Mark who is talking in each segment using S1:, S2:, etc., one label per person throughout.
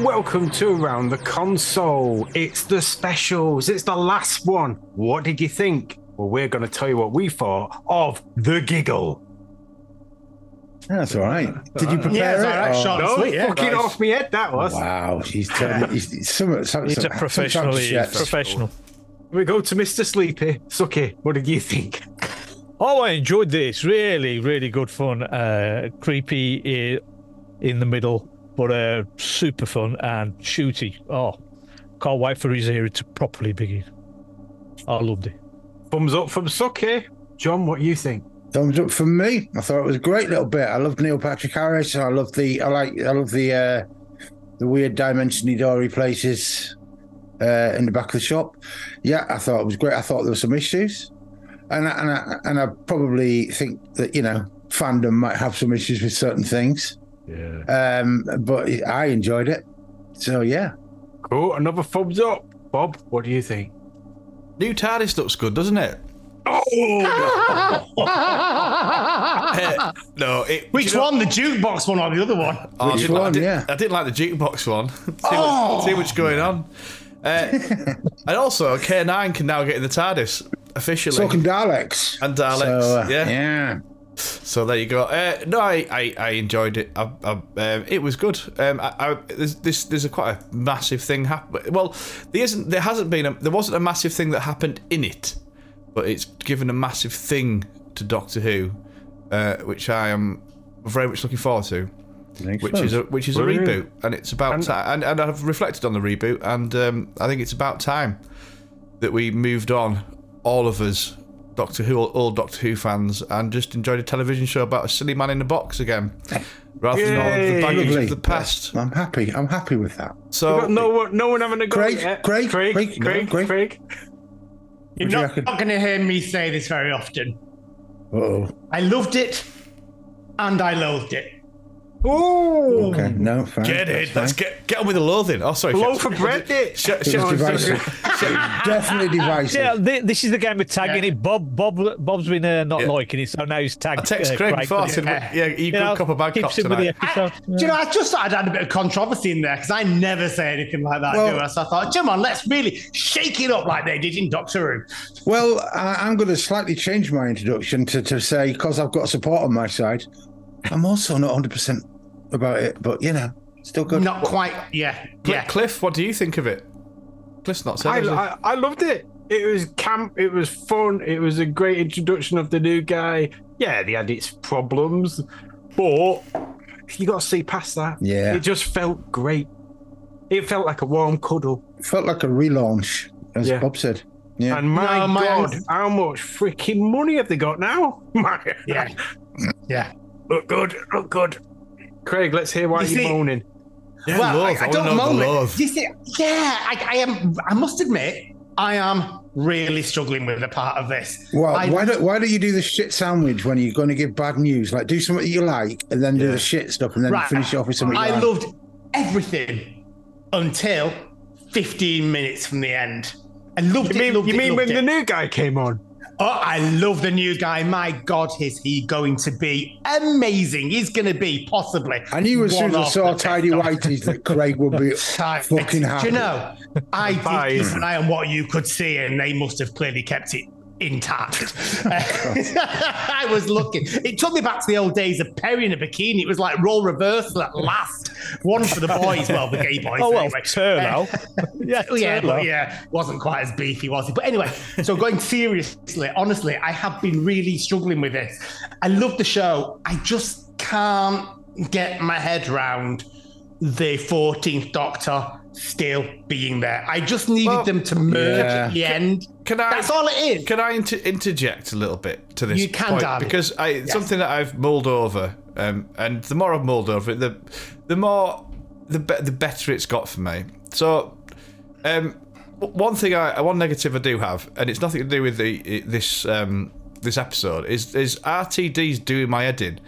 S1: Welcome to Around the Console. It's the specials. It's the last one. What did you think? Well, we're going to tell you what we thought of The Giggle.
S2: Yeah, That's all right. Did you prepare
S3: Uh, Yeah, it's
S2: it?
S3: all right.
S2: Oh,
S3: Shot.
S1: No,
S3: Sweet, yeah,
S1: fucking
S3: guys.
S1: off me head that was.
S2: Wow, she's telling me. He's, some, some,
S3: He's
S2: some,
S3: a professional.
S2: sometimes she
S3: He's
S2: acts-
S3: professional.
S1: We go to Mr. Sleepy. Sucky, what did you think?
S3: Oh, I enjoyed this. Really, really good fun. Uh, creepy i- in the middle, but uh, super fun and shooty. Oh, can't wait for his era to properly begin. I loved it.
S1: Thumbs up from Sucky. John, what you think?
S2: Thumbs up from me. I thought it was a great little bit. I loved Neil Patrick Harris. I love the. I like. I love the. uh The weird dimension he diary places uh, in the back of the shop. Yeah, I thought it was great. I thought there were some issues, and I, and I, and I probably think that you know fandom might have some issues with certain things.
S1: Yeah.
S2: Um, but I enjoyed it. So yeah,
S1: Cool. Another thumbs up. Bob, what do you think?
S4: New TARDIS looks good, doesn't it?
S1: Oh,
S4: Eh, no, it. do
S5: Which
S4: you know-
S5: one? The jukebox one or the other one?
S4: Oh, I
S2: Which
S4: didn't- I
S2: one,
S4: didn't-
S2: yeah.
S4: I didn't like the jukebox one. too,
S5: Oh!
S4: much, too much going on. Uh, and also, K9 can now get in the TARDIS officially.
S2: talking Daleks
S4: And Daleks,
S2: So, uh,
S4: yeah.
S2: yeah.
S4: So there you go. Uh, no, I, I, I enjoyed it. I, I, um, it was good. Um, I, I, there's, this, there's a quite a massive thing happen. Well, there isn't. There hasn't been. A, there wasn't a massive thing that happened in it, but it's given a massive thing to Doctor Who, uh, which I am very much looking forward to. Which is a which is a
S1: Brilliant.
S4: reboot, and it's about time. And, and I've reflected on the reboot, and um, I think it's about time that we moved on, all of us, Doctor Who, all, all Doctor Who fans, and just enjoyed a television show about a silly man in a box again, rather than all of
S1: Yay.
S4: the baggage
S2: Lovely.
S4: of the past.
S2: I'm happy. I'm happy with that.
S1: We've
S4: So
S1: got no one, no one having a go
S2: Oh, Craig,
S1: yet.
S2: Craig,
S1: Craig, Craig,
S2: Craig, no,
S1: Craig,
S2: Craig.
S5: You're
S2: What do you
S5: not,
S2: reckon?
S5: going to hear me say this very often.
S2: Oh,
S5: I loved it and I loathed it.
S1: Ooh,
S2: okay. No, fine.
S4: get it.
S2: That's
S4: Let's
S2: fine.
S4: get get on with the loathing. Oh, sorry.
S1: blow
S4: Shep.
S1: for bread, it.
S4: Shep-
S2: It
S4: Shep-
S2: was divisive.
S4: Shep-
S2: Definitely divisive.
S3: Yeah, thi- this is the game of tagging it. Bob, Bob, Bob's been uh, not
S4: Yeah.
S3: liking it, so now he's tagged.
S4: I text
S3: uh,
S4: Craig before. I
S3: but,
S4: said,
S5: Yeah.
S4: "Yeah, you
S3: you know,
S4: good cop or bad
S3: keeps
S4: cop
S3: him with the
S4: tonight."
S3: episode.
S5: Ah, Do you know, I just thought I'd add a bit of controversy in there because I never say anything like that.
S2: Well-
S5: do I? So I thought, come on, let's really shake it up like they did in Doctor Who.
S2: Well, I, I'm going to slightly change my introduction to, to say, because I've got support on my side, I'm also not 100% about it, but you know, still good.
S5: Not quite, yeah,
S4: Cl-
S5: yeah.
S4: Cliff, what do you think of it? Cliff's not
S1: I,
S4: saying.
S1: I, I loved it. It was camp. It was fun. It was a great introduction of the new guy. Yeah, they had its problems, but you got to see past that.
S2: Yeah.
S1: it just felt great. It felt like a warm cuddle.
S2: Felt like a relaunch, as
S1: Yeah.
S2: Bob said. Yeah.
S1: And my
S5: No, my-
S1: God, how much freaking money have they got now? My,
S5: yeah. Yeah.
S1: look good. Look good. Craig, let's hear why
S5: You
S1: you are
S5: see-
S1: moaning.
S4: Yeah,
S5: well,
S4: love.
S5: I, I
S4: wanna
S5: don't
S4: know the
S5: moan it.
S4: love.
S5: You see, yeah, I, I am. I must admit, I am really struggling with a part of this.
S2: Well,
S5: I-
S2: why don't why don't you do the shit sandwich when you're going to give bad news? Like, do something you like, and then do the shit stuff, and then
S5: Right.
S2: finish it off with something.
S5: I
S2: you like.
S5: loved everything until 15 minutes from the end. I loved
S1: You
S5: it.
S1: mean,
S5: loved
S1: you
S5: it,
S1: mean
S5: loved
S1: when
S5: it.
S1: the new guy came on?
S5: Oh, I love the new guy. My God, is he going to be amazing? He's going to be possibly.
S2: I knew as soon as
S5: one
S2: I
S5: of
S2: saw
S5: the
S2: tidy
S5: best
S2: whities that Craig would be
S5: Tight.
S2: fucking happy.
S5: Do you know? I did
S1: Pies.
S5: keep an eye on what you could see, and they must have clearly kept it intact. I was looking. It took me back to the old days of Perry in a bikini. It was like role reversal at last. One for the boys, well, the gay boys.
S3: Oh well,
S5: anyway. Uh,
S3: Turlo. yeah,
S5: Oh, yeah,
S3: Turlo.
S5: but yeah, wasn't quite as beefy, was it? But anyway, so going seriously, honestly, I have been really struggling with this. I love the show. I just can't get my head round the 14th Doctor still being there. I just needed
S4: Well,
S5: them to merge
S2: yeah.
S5: at the end.
S4: Can I?
S5: That's all it is.
S4: Can I inter- interject a little bit to this?
S5: You can,
S4: point?
S5: darling.
S4: because I it's something that I've mulled over, um, and the more I've mulled over it, the the more the be- the better it's got for me. So, um, w- one thing I one negative I do have, and it's nothing to do with the this um this episode is is RTD's doing my head in,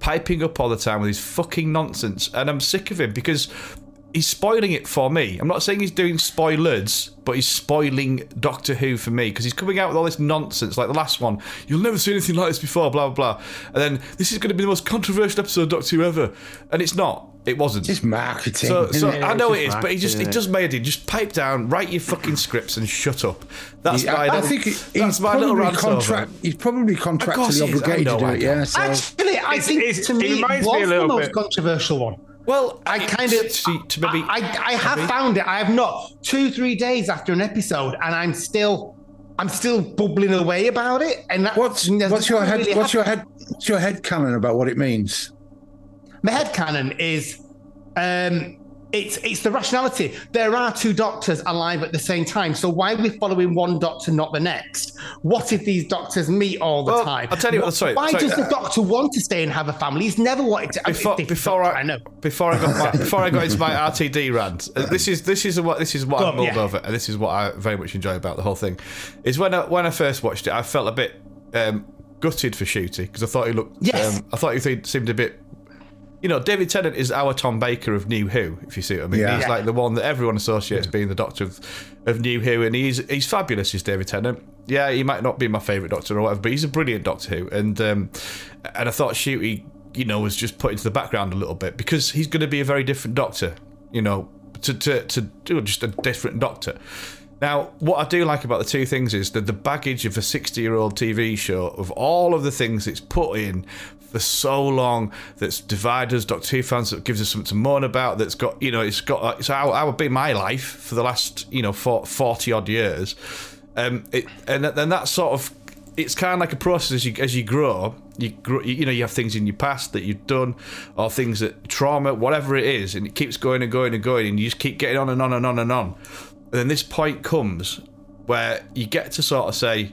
S4: piping up all the time with his fucking nonsense, and I'm sick of him because. He's spoiling it for me. I'm not saying he's doing spoilers, but he's spoiling Doctor Who for me because he's coming out with all this nonsense, like the last one. You'll never see anything like this before, blah blah blah. And then this is going to be the most controversial episode of Doctor Who ever, and it's not. It wasn't.
S2: Just marketing.
S4: So, so
S2: isn't it?
S4: I know
S1: it's
S4: it is,
S1: just
S4: but he just
S1: marketing,
S4: it just made it. Just pipe down, write your fucking scripts, and shut up. That's
S2: Yeah,
S4: my.
S2: I, I
S4: little-
S2: think he-
S4: that's
S2: he's
S4: my little
S2: probably
S4: rant
S2: contract.
S4: over.
S2: He's probably contractually
S4: he is. I
S2: obligated
S4: know
S2: to do
S4: I
S2: it.
S4: know.
S2: Yeah. So
S5: Actually, I
S1: It's-
S5: think
S1: it's-
S5: to me
S1: it
S5: it
S1: reminds
S5: was
S1: me a
S5: the
S1: little
S5: most
S1: bit-
S5: controversial one.
S4: Well,
S5: I
S4: it-
S5: kind of,
S4: to, to maybe
S5: I, I, I have
S4: maybe-
S5: found it. I have not two, three days after an episode, and I'm still, I'm still bubbling away about it. And that,
S2: what's
S5: and that's
S2: what's your
S5: not
S2: head?
S5: really
S2: What's your head? What's your head canon about what it means?
S5: my head canon is um it's it's the rationality there are two doctors alive at the same time so why are we following one doctor not the next what if these doctors meet all the
S4: Well,
S5: time
S4: I'll tell you what- sorry,
S5: why
S4: sorry, uh,
S5: does the doctor want to stay and have a family he's never wanted to it's
S4: before,
S5: different,
S4: before I,
S5: i know
S4: before I got my, before I got into my RTD rant, uh, this is this is what this is what
S5: Go
S4: I
S5: on,
S4: mulled
S5: yeah.
S4: over, and this is what I very much enjoy about the whole thing, is when I, when I first watched it, I felt a bit um, gutted for Shooty because I thought he looked,
S5: Yes.
S4: um, I thought he th- seemed a bit, you know, David Tennant is our Tom Baker of New Who, if you see what I mean.
S2: Yeah.
S4: He's
S5: Yeah.
S4: like the one that everyone associates being the Doctor of, of New Who, and he's he's fabulous. He's David Tennant. Yeah, he might not be my favourite Doctor or whatever, but he's a brilliant Doctor Who, and um, and I thought Shooty, you know, was just put into the background a little bit because he's going to be a very different Doctor, you know, to to to do just a different Doctor. Now, what I do like about the two things is that the baggage of a 60 year old TV show, of all of the things it's put in for so long, that's divided us, Doctor Who fans, that gives us something to moan about, that's got, you know, it's got, uh, it's how, how it's been my life for the last, you know, 40 odd years. Um, it, and then that sort of it's kind of like a process as you as you grow. You grow, you you know, you have things in your past that you've done, or things that trauma, whatever it is, and it keeps going and going and going, and you just keep getting on and on and on and on. And then this point comes where you get to sort of say,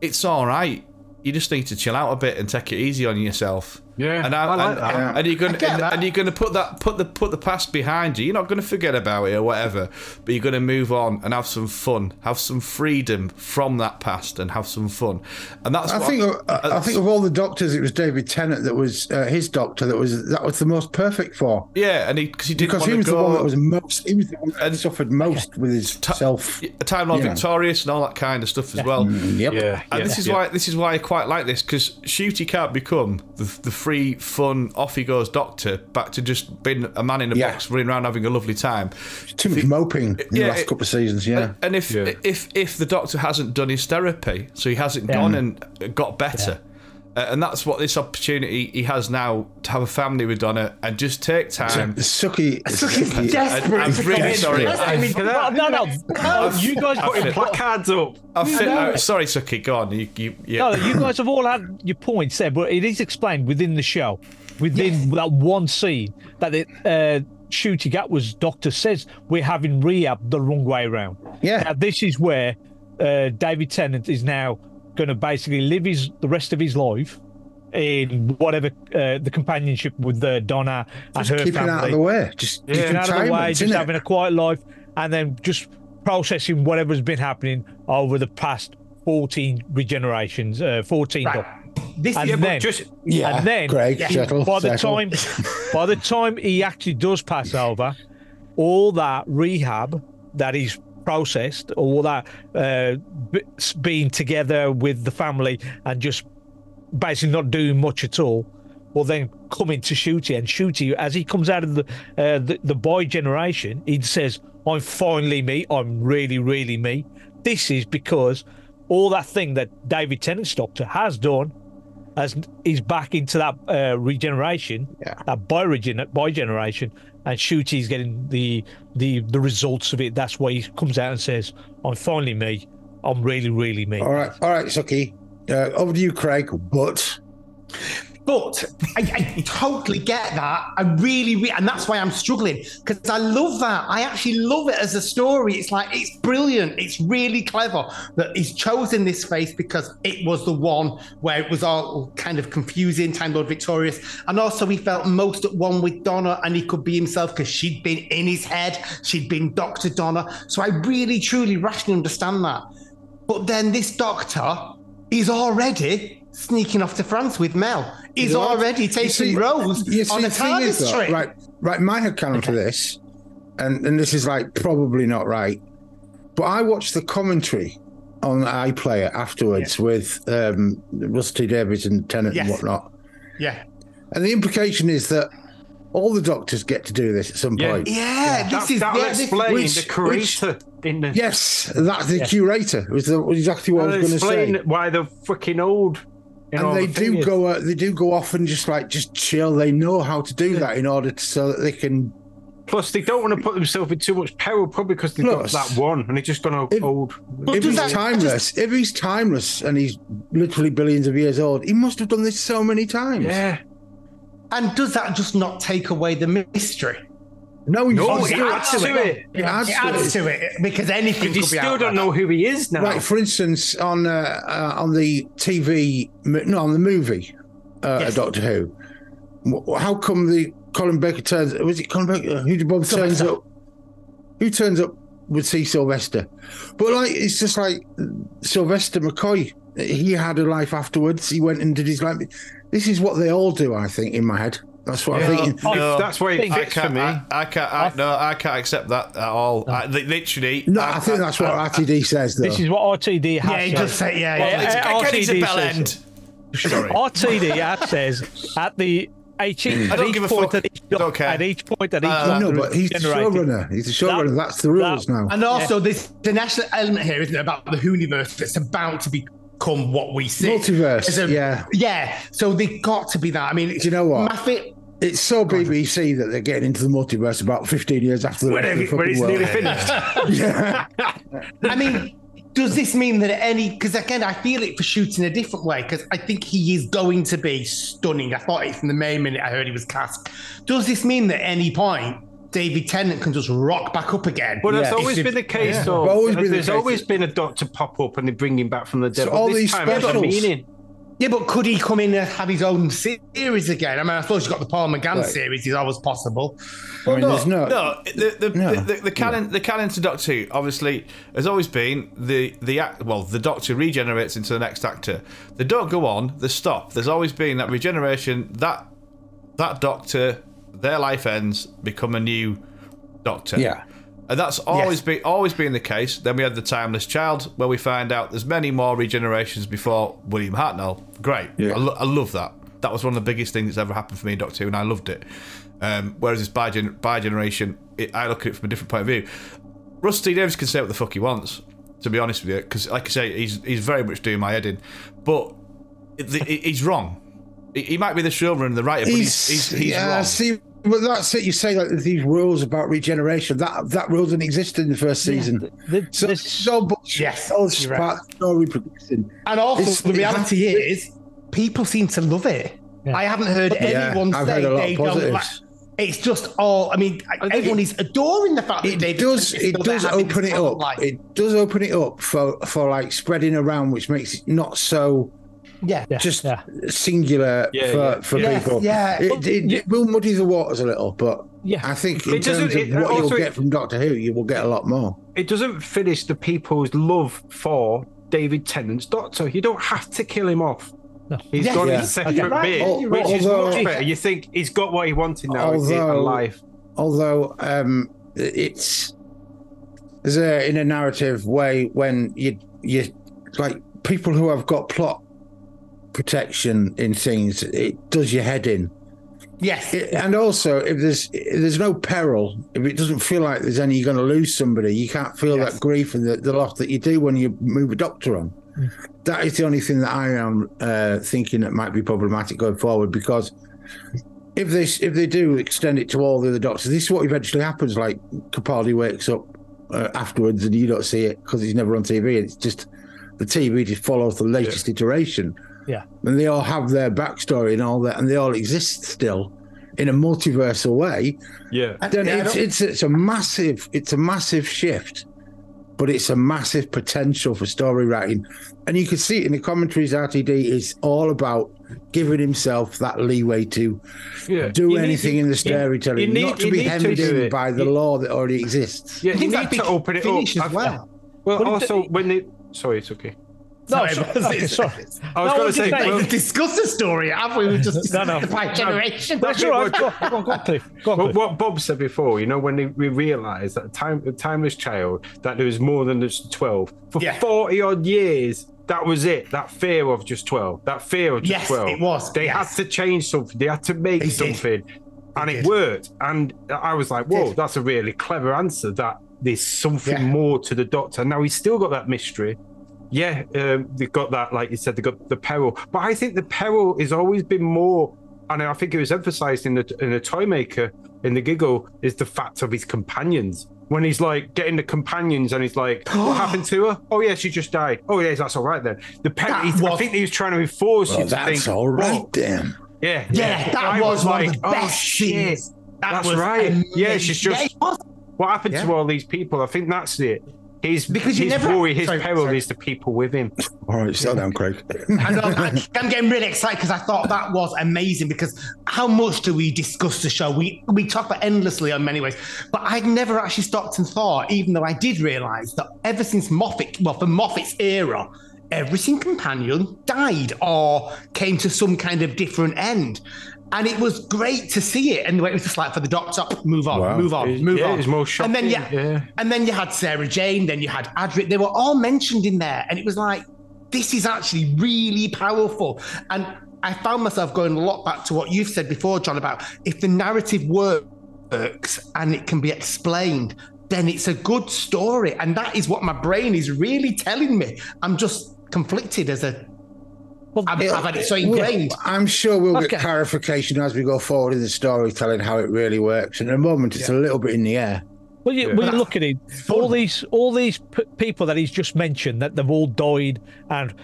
S4: "It's all right. You just need to chill out a bit and take it easy on yourself."
S1: Yeah,
S4: and I,
S1: I like
S4: and,
S1: that.
S4: and you're gonna
S5: I get
S4: and,
S5: that.
S4: and you're gonna put that put the put the past behind you. You're not gonna forget about it or whatever, but you're gonna move on and have some fun, have some freedom from that past, and have some fun. And that's
S2: I
S4: what
S2: think uh, I, I think of all the doctors, it was David Tennant that was uh, his doctor that was that was the most perfect for
S4: yeah, and he because he didn't
S2: because he
S4: want
S2: was
S4: to
S2: the
S4: go.
S2: one that was most he was the one that
S4: And-
S2: suffered most with his self.
S4: a Time Lord
S2: Yeah. Mm.
S4: Victorious and all that kind of stuff as well.
S2: Yep.
S1: Yeah,
S4: And
S1: yeah,
S4: this is
S1: yeah.
S4: why this is why I quite like this because Shooty can't become the, the free, fun, off he goes doctor back to just being a man in a
S2: Yeah.
S4: box running around having a lovely time.
S2: Too much moping in
S4: Yeah,
S2: the last
S4: it-
S2: couple of seasons. Yeah.
S4: And if
S1: Yeah.
S4: if if the doctor hasn't done his therapy, so he hasn't gone and got better, uh, and that's what this opportunity he has now to have a family with Donna and just take time.
S2: Sucky. Sucky.
S5: desperate
S4: I'm
S5: to
S4: really
S5: get in.
S4: sorry.
S5: Yes, I
S1: I-
S5: mean,
S1: for that-
S3: No, no, no. You guys
S1: Putting
S4: fit-
S1: placards up.
S4: I fit, uh, sorry, Sucky, go on. You, you, yeah.
S3: No, you guys have all had your points there, but it is explained within the show, within that one scene that it uh, shooting at was Doctor says we're having rehab the wrong way around.
S2: Yeah.
S3: Now this is where uh, David Tennant is now going to basically live his the rest of his life in whatever uh, the companionship with uh, Donna and her
S2: Keeping
S3: family
S2: out of the way. Just yeah.
S3: getting out of the way, just having a quiet life, and then just processing whatever's been happening over the past 14 regenerations, uh, 14.
S5: right. this
S3: And
S5: is
S3: then,
S1: Just
S2: Yeah.
S3: and then
S2: Greg,
S3: he-
S2: settle,
S3: by the
S2: settle.
S3: time, by the time he actually does pass over, all that rehab that he's processed, all that uh, b- being together with the family and just basically not doing much at all, will then come into Shooty and Shooty as he comes out of the uh, the, the boy generation, he says, "I'm finally me. I'm really, really me." This is because all that thing that David Tennant's doctor has done, as he's back into that uh, regeneration,
S2: Yeah.
S3: that boy regen- boy generation, and Shooty's getting the the the results of it. That's why he comes out and says, "I'm finally me. I'm really, really me."
S2: All right. All right, Sucky. Uh, over to you, Craig. But
S5: But I, I totally get that. I really, re- and that's why I'm struggling because I love that. I actually love it as a story. It's like it's brilliant. It's really clever that he's chosen this space because it was the one where it was all kind of confusing. Time Lord Victorious, and also he felt most at one with Donna, and he could be himself because she'd been in his head. She'd been Doctor Donna. So I really, truly, rationally understand that. But then this doctor is already sneaking off to France with Mel. He's
S2: You know what?
S5: already
S2: You
S5: taking
S2: see-
S5: Rose
S2: you see,
S5: on a
S2: the thing is,
S5: TARDIS
S2: though,
S5: trip.
S2: Right, right. My head canon for this, and and this is like probably not right, but I watched the commentary on iPlayer afterwards with um, Rusty Davies and Tennant and
S5: Yes.
S2: whatnot,
S5: Yeah.
S2: and the implication is that All the doctors get to do this at some
S4: Yeah.
S2: point.
S5: Yeah,
S1: That,
S5: this is
S1: that'll
S5: yeah, this-
S1: explain
S2: which-
S1: the creator in the.
S2: Yes, that's the curator. Was the, was exactly what I
S1: that'll
S2: was going to say.
S1: explain why they're freaking old. in all
S2: and they
S1: the
S2: do
S1: figures.
S2: go uh, they do go off and just like just chill they know how to do that in order to, so that they can
S1: Plus, they don't want to put themselves in too much peril, probably because they've
S2: Plus-
S1: got that one, and they're just gonna
S2: If-
S1: old.
S2: if he's
S5: that- I just-
S2: timeless if he's timeless and he's literally billions of years old he must have done this so many times
S1: Yeah,
S5: and does that just not take away the mystery?
S2: no he's
S1: no,
S5: Oh,
S1: it
S5: it
S1: adds
S5: adds
S1: to
S5: to
S1: it.
S2: it adds
S5: It
S2: to
S5: adds
S2: it.
S5: to it because anything
S1: You
S5: could be
S1: still
S5: out
S1: don't
S5: there.
S1: know who he is now.
S2: Like for instance, on uh, uh, on the TV, mo- no, on the movie, uh,
S5: Yes.
S2: Doctor Who. wh- How come the Colin Baker turns? Was it Colin Baker? Who did Bob turns
S5: Sylvester.
S2: up? Who turns up with C Sylvester? But like, it's just like Sylvester McCoy. He had a life afterwards. He went and did his life. This is what they all do. I think in my head. That's what I'm thinking.
S4: No,
S1: Oh, That's why it
S4: I
S1: fits for
S4: can't.
S1: me.
S4: I, I can't. I, no, I can't accept that at all. I, li- literally.
S2: No, I think that's what RTD says. Though
S3: Uh, This is what RTD has.
S5: Yeah, it
S3: said.
S5: does say, yeah,
S3: Well,
S5: yeah.
S4: It's,
S3: Uh,
S4: get into
S3: RTD
S4: bell
S3: says
S4: end. Sorry.
S3: RTD ad says at the 18th,
S4: I
S3: at
S4: don't
S3: each
S4: give a
S3: point
S4: fuck.
S3: at each
S4: I don't
S3: doc-
S4: care.
S3: at each point at each
S4: Uh,
S3: doctor
S2: no, but
S3: is
S2: he's the
S3: generated.
S2: showrunner. He's the showrunner.
S3: That-
S2: that's the rules
S3: that-
S2: now.
S5: And also, there's the national element here, isn't it, about the universe that's about to become what we see.
S2: Multiverse,
S5: There's
S2: yeah.
S5: yeah. So they got to be that. I mean,
S2: Do you know what?
S5: Mathit,
S2: It's so BBC that they're getting into the multiverse about 15 years after the
S1: when,
S2: rest of the
S1: it- when
S2: fucking
S1: it's
S2: world.
S1: nearly finished.
S2: Yeah.
S5: I mean, does this mean that any? Because again, I feel it for shooting a different way. Because I think he is going to be stunning. I thought it from the main minute I heard he was cast. Does this mean that any point David Tennant can just rock back up again?
S1: Well, that's
S2: Yeah.
S1: always been the case, though.
S2: It's always been the
S1: There's
S2: case.
S1: always been a doctor pop up and they bring him back from the dead.
S2: So
S1: but
S2: all
S1: this
S2: these
S1: time it had a
S2: specials-
S1: meaning.
S5: yeah, but could he come in and have his own series again? I mean, I suppose you've got the Paul McGann
S2: Right.
S5: series. Is always possible.
S2: I mean, there's no.
S4: no. The the,
S2: No.
S4: the, the, the canon the canon to Doctor Who obviously has always been the the act. Well, the Doctor regenerates into the next actor. They don't go on. They stop. There's always been that regeneration. That that Doctor, their life ends, become a new Doctor.
S2: Yeah.
S4: And that's always been always been the case. Then we had the Timeless Child, where we find out there's many more regenerations before William Hartnell. Great,
S2: Yeah.
S4: I, lo- I love that. That was one of the biggest things that's ever happened for me in Doctor Who, and I loved it. Um, whereas it's by gen- by generation, it, I look at it from a different point of view. Rusty Davis can say what the fuck he wants, to be honest with you, because like I say, he's he's very much doing my head in, but it, it, he's wrong. He, he might be the showrunner and the writer, but he's he's, he's
S2: yeah,
S4: wrong.
S2: see, but that's it. You say like these rules about regeneration. That that rule didn't exist in the first season.
S3: th-
S2: so
S3: this-
S2: so much.
S5: Yes,
S2: all
S5: you're right.
S2: spark story production.
S5: And also,
S2: It's-
S5: the
S2: it
S5: reality is, people seem to love it. I haven't heard
S2: Yeah,
S5: anyone
S2: I've
S5: say
S2: heard a lot of
S5: they don't like.
S2: positives.
S5: It's just all. I mean, everyone is adoring the fact that
S2: It
S5: they
S2: does. It does open it up. It does open it up for for like spreading around, which makes it not so
S5: yeah. yeah.
S2: just
S3: yeah.
S2: singular
S1: Yeah,
S2: for,
S1: yeah,
S2: for
S5: yeah.
S2: people.
S5: Yeah.
S2: it, it, it will muddy the waters a little, but
S3: Yeah.
S2: I think
S1: It
S2: in
S1: doesn't-
S2: terms of
S1: it-
S2: what you'll
S1: also-
S2: get from Doctor Who, you will get a lot more.
S1: It doesn't finish the people's love for David Tennant's doctor. You don't have to kill him off.
S3: No.
S1: He's
S5: Yeah.
S1: got
S2: Yeah.
S1: his separate
S5: Right,
S1: bit,
S5: you're
S1: which is
S2: Although-
S1: much better. You think he's got what he wanted now. He's a
S2: Although-
S1: life.
S2: Although um, it's there's a in a narrative way when you you like people who have got plot protection in things, it does your head in.
S5: Yes.
S2: It, and also, if there's if there's no peril, if it doesn't feel like there's any, you're going to lose somebody. You can't feel
S5: Yes.
S2: that grief and the, the loss that you do when you move a doctor on.
S5: Mm-hmm.
S2: That is the only thing that I am uh, thinking that might be problematic going forward because if they if they do extend it to all the other doctors, this is what eventually happens. Like Capaldi wakes up uh, afterwards and you don't see it because he's never on TV. It's just the TV just follows the latest iteration
S3: Yeah.
S2: and they all have their backstory and all that, and they all exist still in a multiversal way.
S1: Yeah.
S2: Then
S5: yeah, I
S2: it's,
S5: don't-
S2: it's it's a massive it's a massive shift, but it's a massive potential for story writing, and you can see it in the commentaries. RTD is all about giving himself that leeway to
S1: yeah.
S2: do
S1: You need
S2: anything
S1: to-
S2: in the
S1: you- you
S2: storytelling,
S1: need-
S2: not to
S1: you
S2: be
S1: need
S2: hemmed
S1: do
S2: in
S1: it.
S2: by the
S1: You-
S2: law that already exists.
S1: Yeah,
S5: I
S1: you
S5: think that'd
S1: need
S5: be
S1: to open it
S5: finish
S1: up.
S5: as
S1: I've-
S5: well.
S1: Well,
S3: But it-
S1: also when they sorry, it's okay.
S3: No,
S5: Sorry,
S3: sorry,
S5: but-
S3: okay, sorry.
S1: I was
S3: No,
S1: gonna
S3: what did
S1: say,
S3: you
S1: well-
S5: We've discussed the story, have we? We've just
S3: No, no.
S5: discussed by generation.
S3: That's all right. Go on, go on, go on, Cliff. Go on,
S1: But
S3: Cliff.
S1: what Bob said before, you know, when they- we realised that time, the timeless child, that there was more than just twelve for
S5: Yeah.
S1: forty odd years. That was it. That fear of just twelve. That fear of just
S5: Yes,
S1: twelve.
S5: it was,
S1: They
S5: yes.
S1: had to change something. They had to make
S5: They did.
S1: something. and it
S5: did.
S1: worked. And I was like, whoa,
S5: did.
S1: that's a really clever answer. That there's something
S5: Yeah.
S1: more to the doctor. Now he's still got that mystery. Yeah, um, they've got that, like you said, they've got the peril. But I think the peril has always been more, and I think it was emphasized in the in the Toymaker, in the Giggle, is the fact of his companions. When he's like getting the companions and he's like, what happened to her? Oh, yeah, she just died. Oh, yeah, that's all right then. The per-
S5: That
S1: he's- I
S5: was-
S1: think he was trying to enforce
S2: Well,
S1: you to
S2: that's
S1: think,
S2: all right
S1: "Whoa,
S2: then.
S1: yeah,
S5: Yeah, that
S1: I
S5: was, one of the
S1: like, "Oh,
S5: best
S1: shit,
S5: scenes. That
S1: That's
S5: was
S1: right. Yeah,
S5: amazing.
S1: she's just-
S5: Yeah, it was.
S1: What happened
S5: Yeah.
S1: to all these people? I think that's it. His
S5: Because you
S1: his
S5: never-
S1: worry, his
S5: sorry,
S1: peril
S5: sorry.
S1: is the people with him.
S2: All right, slow down, Craig.
S5: I know, I- I'm getting really excited because I thought that was amazing. Because how much do we discuss the show? We we talk about it endlessly on many ways, but I'd never actually stopped and thought, even though I did realise that ever since Moffat, well, for Moffat's era, every single companion died or came to some kind of different end. And it was great to see it. And it was just like for the doctor, move on,
S2: Wow.
S5: move on, move
S1: yeah,
S5: on.
S1: It's more shocking.
S5: and then yeah,
S1: yeah.
S5: and then you had Sarah Jane, then you had Adric. They were all mentioned in there. And it was like, this is actually really powerful. And I found myself going a lot back to what you've said before, John, about if the narrative works and it can be explained, then it's a good story. And that is what my brain is really telling me. I'm just conflicted as a. I've, I've had it so ingrained.
S2: I'm sure we'll
S5: Okay.
S2: get clarification as we go forward in the storytelling how it really works. And at the moment, it's a little bit in the air.
S3: Well, you, when you look at it, all these all these p- people that he's just mentioned that they've all died, and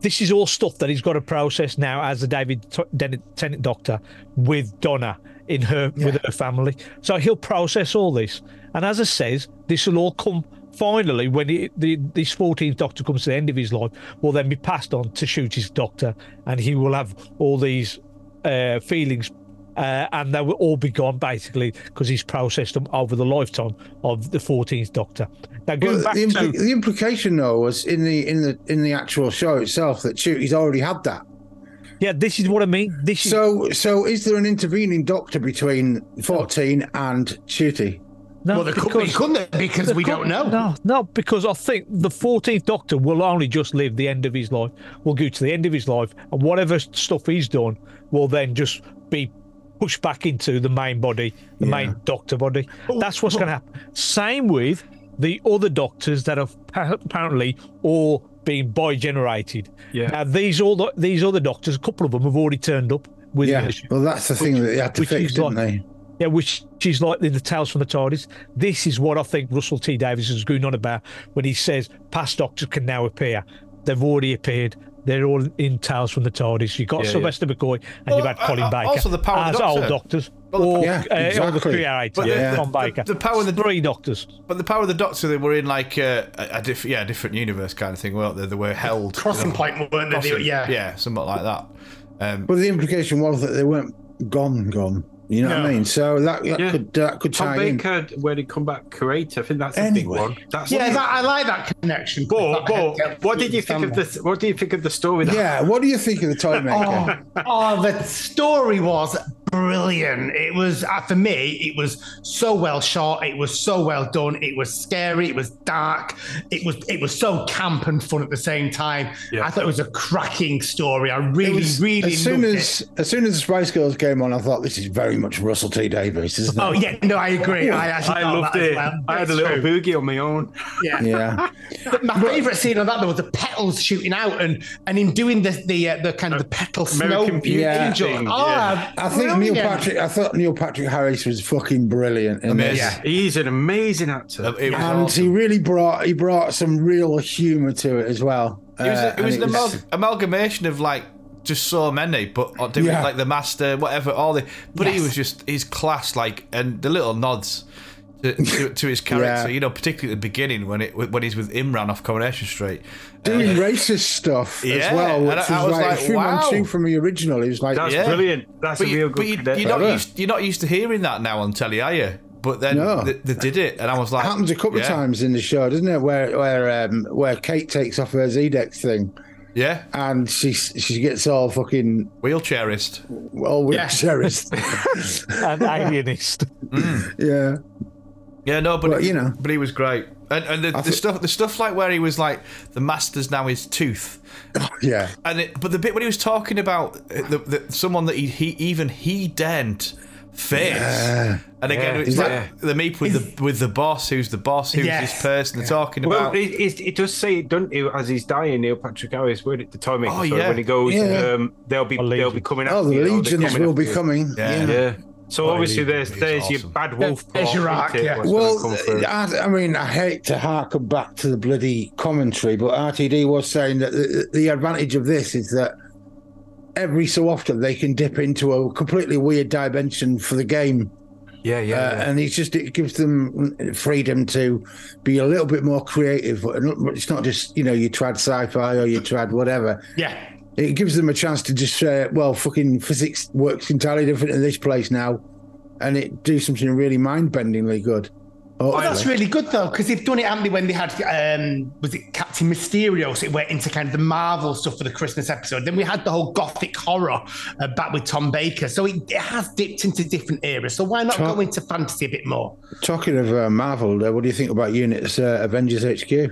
S3: this is all stuff that he's got to process now as the David T- Den- Tennant Doctor with Donna in her with her family. So he'll process all this, and as I says, this will all come finally when he, the this 14th Doctor comes to the end of his life. Will then be passed on to shoot his Doctor, and he will have all these uh, feelings uh, and they will all be gone basically because he's processed them over the lifetime of the 14th Doctor. Now, going
S2: Well,
S3: back
S2: the, impli-
S3: to
S2: the implication, though, was in the in the in the actual show itself that shoot, he's already had that.
S3: yeah, this is what I mean. This is
S2: So, so is there an intervening doctor between 14 and Tutti?
S3: no,
S5: Well, there could be,
S3: because-
S5: couldn't there? Because we
S3: Could-
S5: don't know.
S3: No, no, because I think the 14th Doctor will only just live the end of his life, will go to the end of his life, and whatever stuff he's done will then just be pushed back into the main body, the main Doctor body.
S5: Oh,
S3: That's what's going to happen. Same with the other Doctors that have pa- apparently all been boy generated.
S1: Yeah.
S3: Now, these, all the, these other Doctors, a couple of them have already turned up with
S2: Yeah.
S3: the issue.
S2: Well, that's the thing that they had to
S3: which
S2: fix,
S3: is
S2: didn't
S3: like-
S2: they?
S3: Yeah, which is like the, the Tales from the TARDIS. This is what I think Russell T Davies is going on about when he says past doctors can now appear. They've already appeared. They're all in Tales from the TARDIS. You've got
S1: Yeah,
S3: Sylvester McCoy and
S4: Well,
S3: you've had
S4: uh,
S3: Colin
S4: uh,
S3: Baker
S4: also the Power of
S3: as
S4: the Doctor.
S3: old doctors.
S4: Well, the-
S3: or,
S2: Yeah,
S3: uh, or the
S2: exactly.
S3: creator,
S4: But the-
S2: Yeah.
S3: Tom
S4: the-
S3: Baker.
S4: the Power of the-
S3: Three doctors.
S4: But the power of the Doctor, they were in like uh, a, a, a diff- yeah, a different universe kind of thing, weren't they? They were held
S5: Crossing point, weren't they? They were-
S4: Crossing-
S5: Yeah.
S4: yeah, somewhat like that. Um,
S2: Well, the implication was that they weren't gone, gone. You know what I
S5: No.
S2: mean? So that, that
S1: Yeah.
S2: could that could
S1: Tom
S2: tie in.
S1: Baker, when he come back creator, I think that's a big
S2: Anyway.
S1: one. That's
S5: Yeah, that, I like that connection.
S1: But, but what did you think of this? What do you think of the story? That
S2: Yeah. What do you think of the toy maker?
S5: Oh, oh, the story was brilliant. It was, uh, for me, it was so well shot. It was so well done. It was scary. It was dark. It was it was so camp and fun at the same time.
S1: Yeah.
S5: I thought it was a cracking story. I really,
S2: It was-
S5: really
S2: as soon
S5: loved
S2: as
S5: it.
S2: as soon as the Spice Girls came on, I thought this is very much Russell T Davies, isn't it?
S5: Oh yeah, no, I agree. I actually
S4: Oh,
S1: I
S5: thought
S1: loved
S5: that as
S1: it.
S5: well.
S1: I had a
S5: It's
S1: little
S5: true.
S1: boogie on my own.
S5: Yeah.
S2: Yeah.
S5: But my favourite scene of that though was the petals shooting out and and in doing the the uh, the kind of the petal
S1: American
S5: snow
S1: Beauty
S5: angel.
S1: thing,
S5: Oh,
S1: yeah.
S2: I think Neil
S5: brilliant.
S2: Patrick. I thought Neil Patrick Harris was fucking brilliant in this.
S4: Amazing.
S1: He's an amazing actor.
S4: uh, it was
S2: And
S4: awesome.
S2: he really brought he brought some real humour to it as well.
S4: It was,
S2: Uh,
S4: it was an
S2: and it was-
S4: amal- amalgamation of like just so many, but or doing
S2: Yeah.
S4: like the master, whatever, all the. But he
S5: Yes.
S4: was just his class, like, and the little nods to, to, to his character,
S2: Yeah.
S4: you know, particularly at the beginning when it when he's with Imran off Coronation Street.
S2: doing racist stuff as
S4: Yeah,
S2: well,
S4: and
S2: which
S4: I-
S2: was,
S4: I was
S2: like,
S4: like,
S2: Fu
S4: wow.
S2: Manchu from the original. He was like,
S1: That's
S4: Yeah.
S1: brilliant. That's
S4: But,
S1: a real
S4: you,
S1: good.
S4: but you,
S1: connect-
S4: you're not
S2: Yeah.
S4: used you're not used to hearing that now on telly, are you? But then
S2: No.
S4: they, they did it, and I was like,
S2: happens a couple
S4: yeah,
S2: of times in the show, doesn't it? Where where um, where Kate takes off her Zedex thing
S4: Yeah,
S2: and she she gets all fucking
S4: wheelchairist.
S2: well with
S5: Yeah.
S3: An alienist.
S2: yeah.
S4: Yeah, no, but
S2: Well, you know.
S4: but he was great, and and the, the
S2: thi-
S4: stuff the stuff like where he was like the master's now his tooth,
S2: Yeah.
S4: and it, but the bit when he was talking about uh, the, the, someone that he, he even he daren't face.
S2: Yeah.
S4: And again,
S1: Yeah.
S4: it's
S1: Is
S4: like
S1: that-
S4: the meep with the with the boss. Who's the boss? Who's
S5: Yes.
S4: this person they're talking
S1: Well,
S4: about?
S1: it, it, it does say, doesn't it, as he's dying, Neil Patrick Harris, where did the time maker,
S4: Oh,
S1: sorry,
S4: yeah.
S1: when he goes,
S2: Yeah.
S1: um, they'll be
S3: legion.
S1: they'll be coming
S2: Oh,
S1: after
S2: the
S1: you, or they're
S2: legions will
S1: after
S2: be
S1: you.
S2: coming.
S4: Yeah.
S1: Yeah. So
S4: Oh,
S1: obviously,
S4: Legion
S1: there's
S4: is
S1: there's your
S4: awesome.
S1: bad wolf.
S5: There's
S1: plot,
S5: your
S1: isn't
S5: arc,
S1: it,
S5: yeah.
S1: what's gonna
S2: Well,
S1: come through?
S2: I, I mean, I hate to harken back to the bloody commentary, but RTD was saying that the, the advantage of this is that every so often they can dip into a completely weird dimension for the game,
S1: yeah, yeah,
S2: uh, and it's just it gives them freedom to be a little bit more creative. It's not just you know you tried sci-fi or you tried whatever.
S5: Yeah.
S2: It gives them a chance to just say, well, fucking physics works entirely different in this place now, and it do something really mind-bendingly good. Oh,
S5: Well,
S2: Hopefully.
S5: Oh, that's really good though, because they've done it, haven't they? When they had, um, was it Captain Mysterio? So it went into kind of the Marvel stuff for the Christmas episode. Then we had the whole gothic horror uh, back with Tom Baker. So it, it has dipped into different eras. So why not
S2: Tom-
S5: go into fantasy a bit more?
S2: Talking of uh, Marvel, uh, what do you think about units uh, Avengers HQ?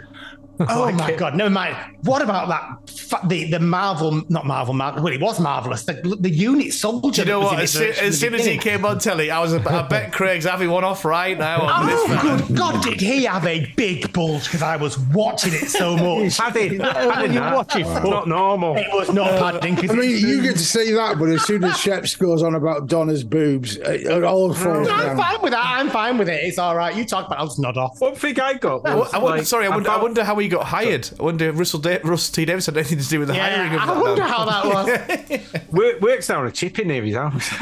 S5: Oh my god, never mind. What about that? Fa- the the Marvel, not Marvel, Marvel. Well, it was marvelous. The, the unit soldier.
S4: you know
S5: that was
S4: what?
S5: in it
S4: As, soon,
S5: from
S4: as
S5: the
S4: soon as he
S5: beginning.
S4: came on telly, I was. I bet Craig's having one off right now. On this man.
S5: Oh, good God, did he have a big bulge? Because I was watching it so much.
S1: I did. I did
S3: you
S1: that.
S3: watch it
S1: It's not normal.
S5: It was not padding. 'cause
S2: I mean,
S5: it's-
S2: you get to see that, but as soon as Shep scores on about Donna's boobs, it, it all falls
S5: No, I'm
S2: down.
S5: Ah, fine with that. I'm fine with it. It's all right. You talk about it. I'll just nod off.
S1: One thing I got.
S4: I
S1: Was,
S4: wo- I wonder,
S1: like,
S4: sorry, I wonder, I
S1: felt-
S4: wonder how he got hired. I wonder if Russell, da- Russell T Davis had anything to do with the hiring
S5: Yeah,
S4: of
S5: I
S4: that
S5: wonder
S4: man.
S5: how that was.
S1: Work, works down a chip in here, his house.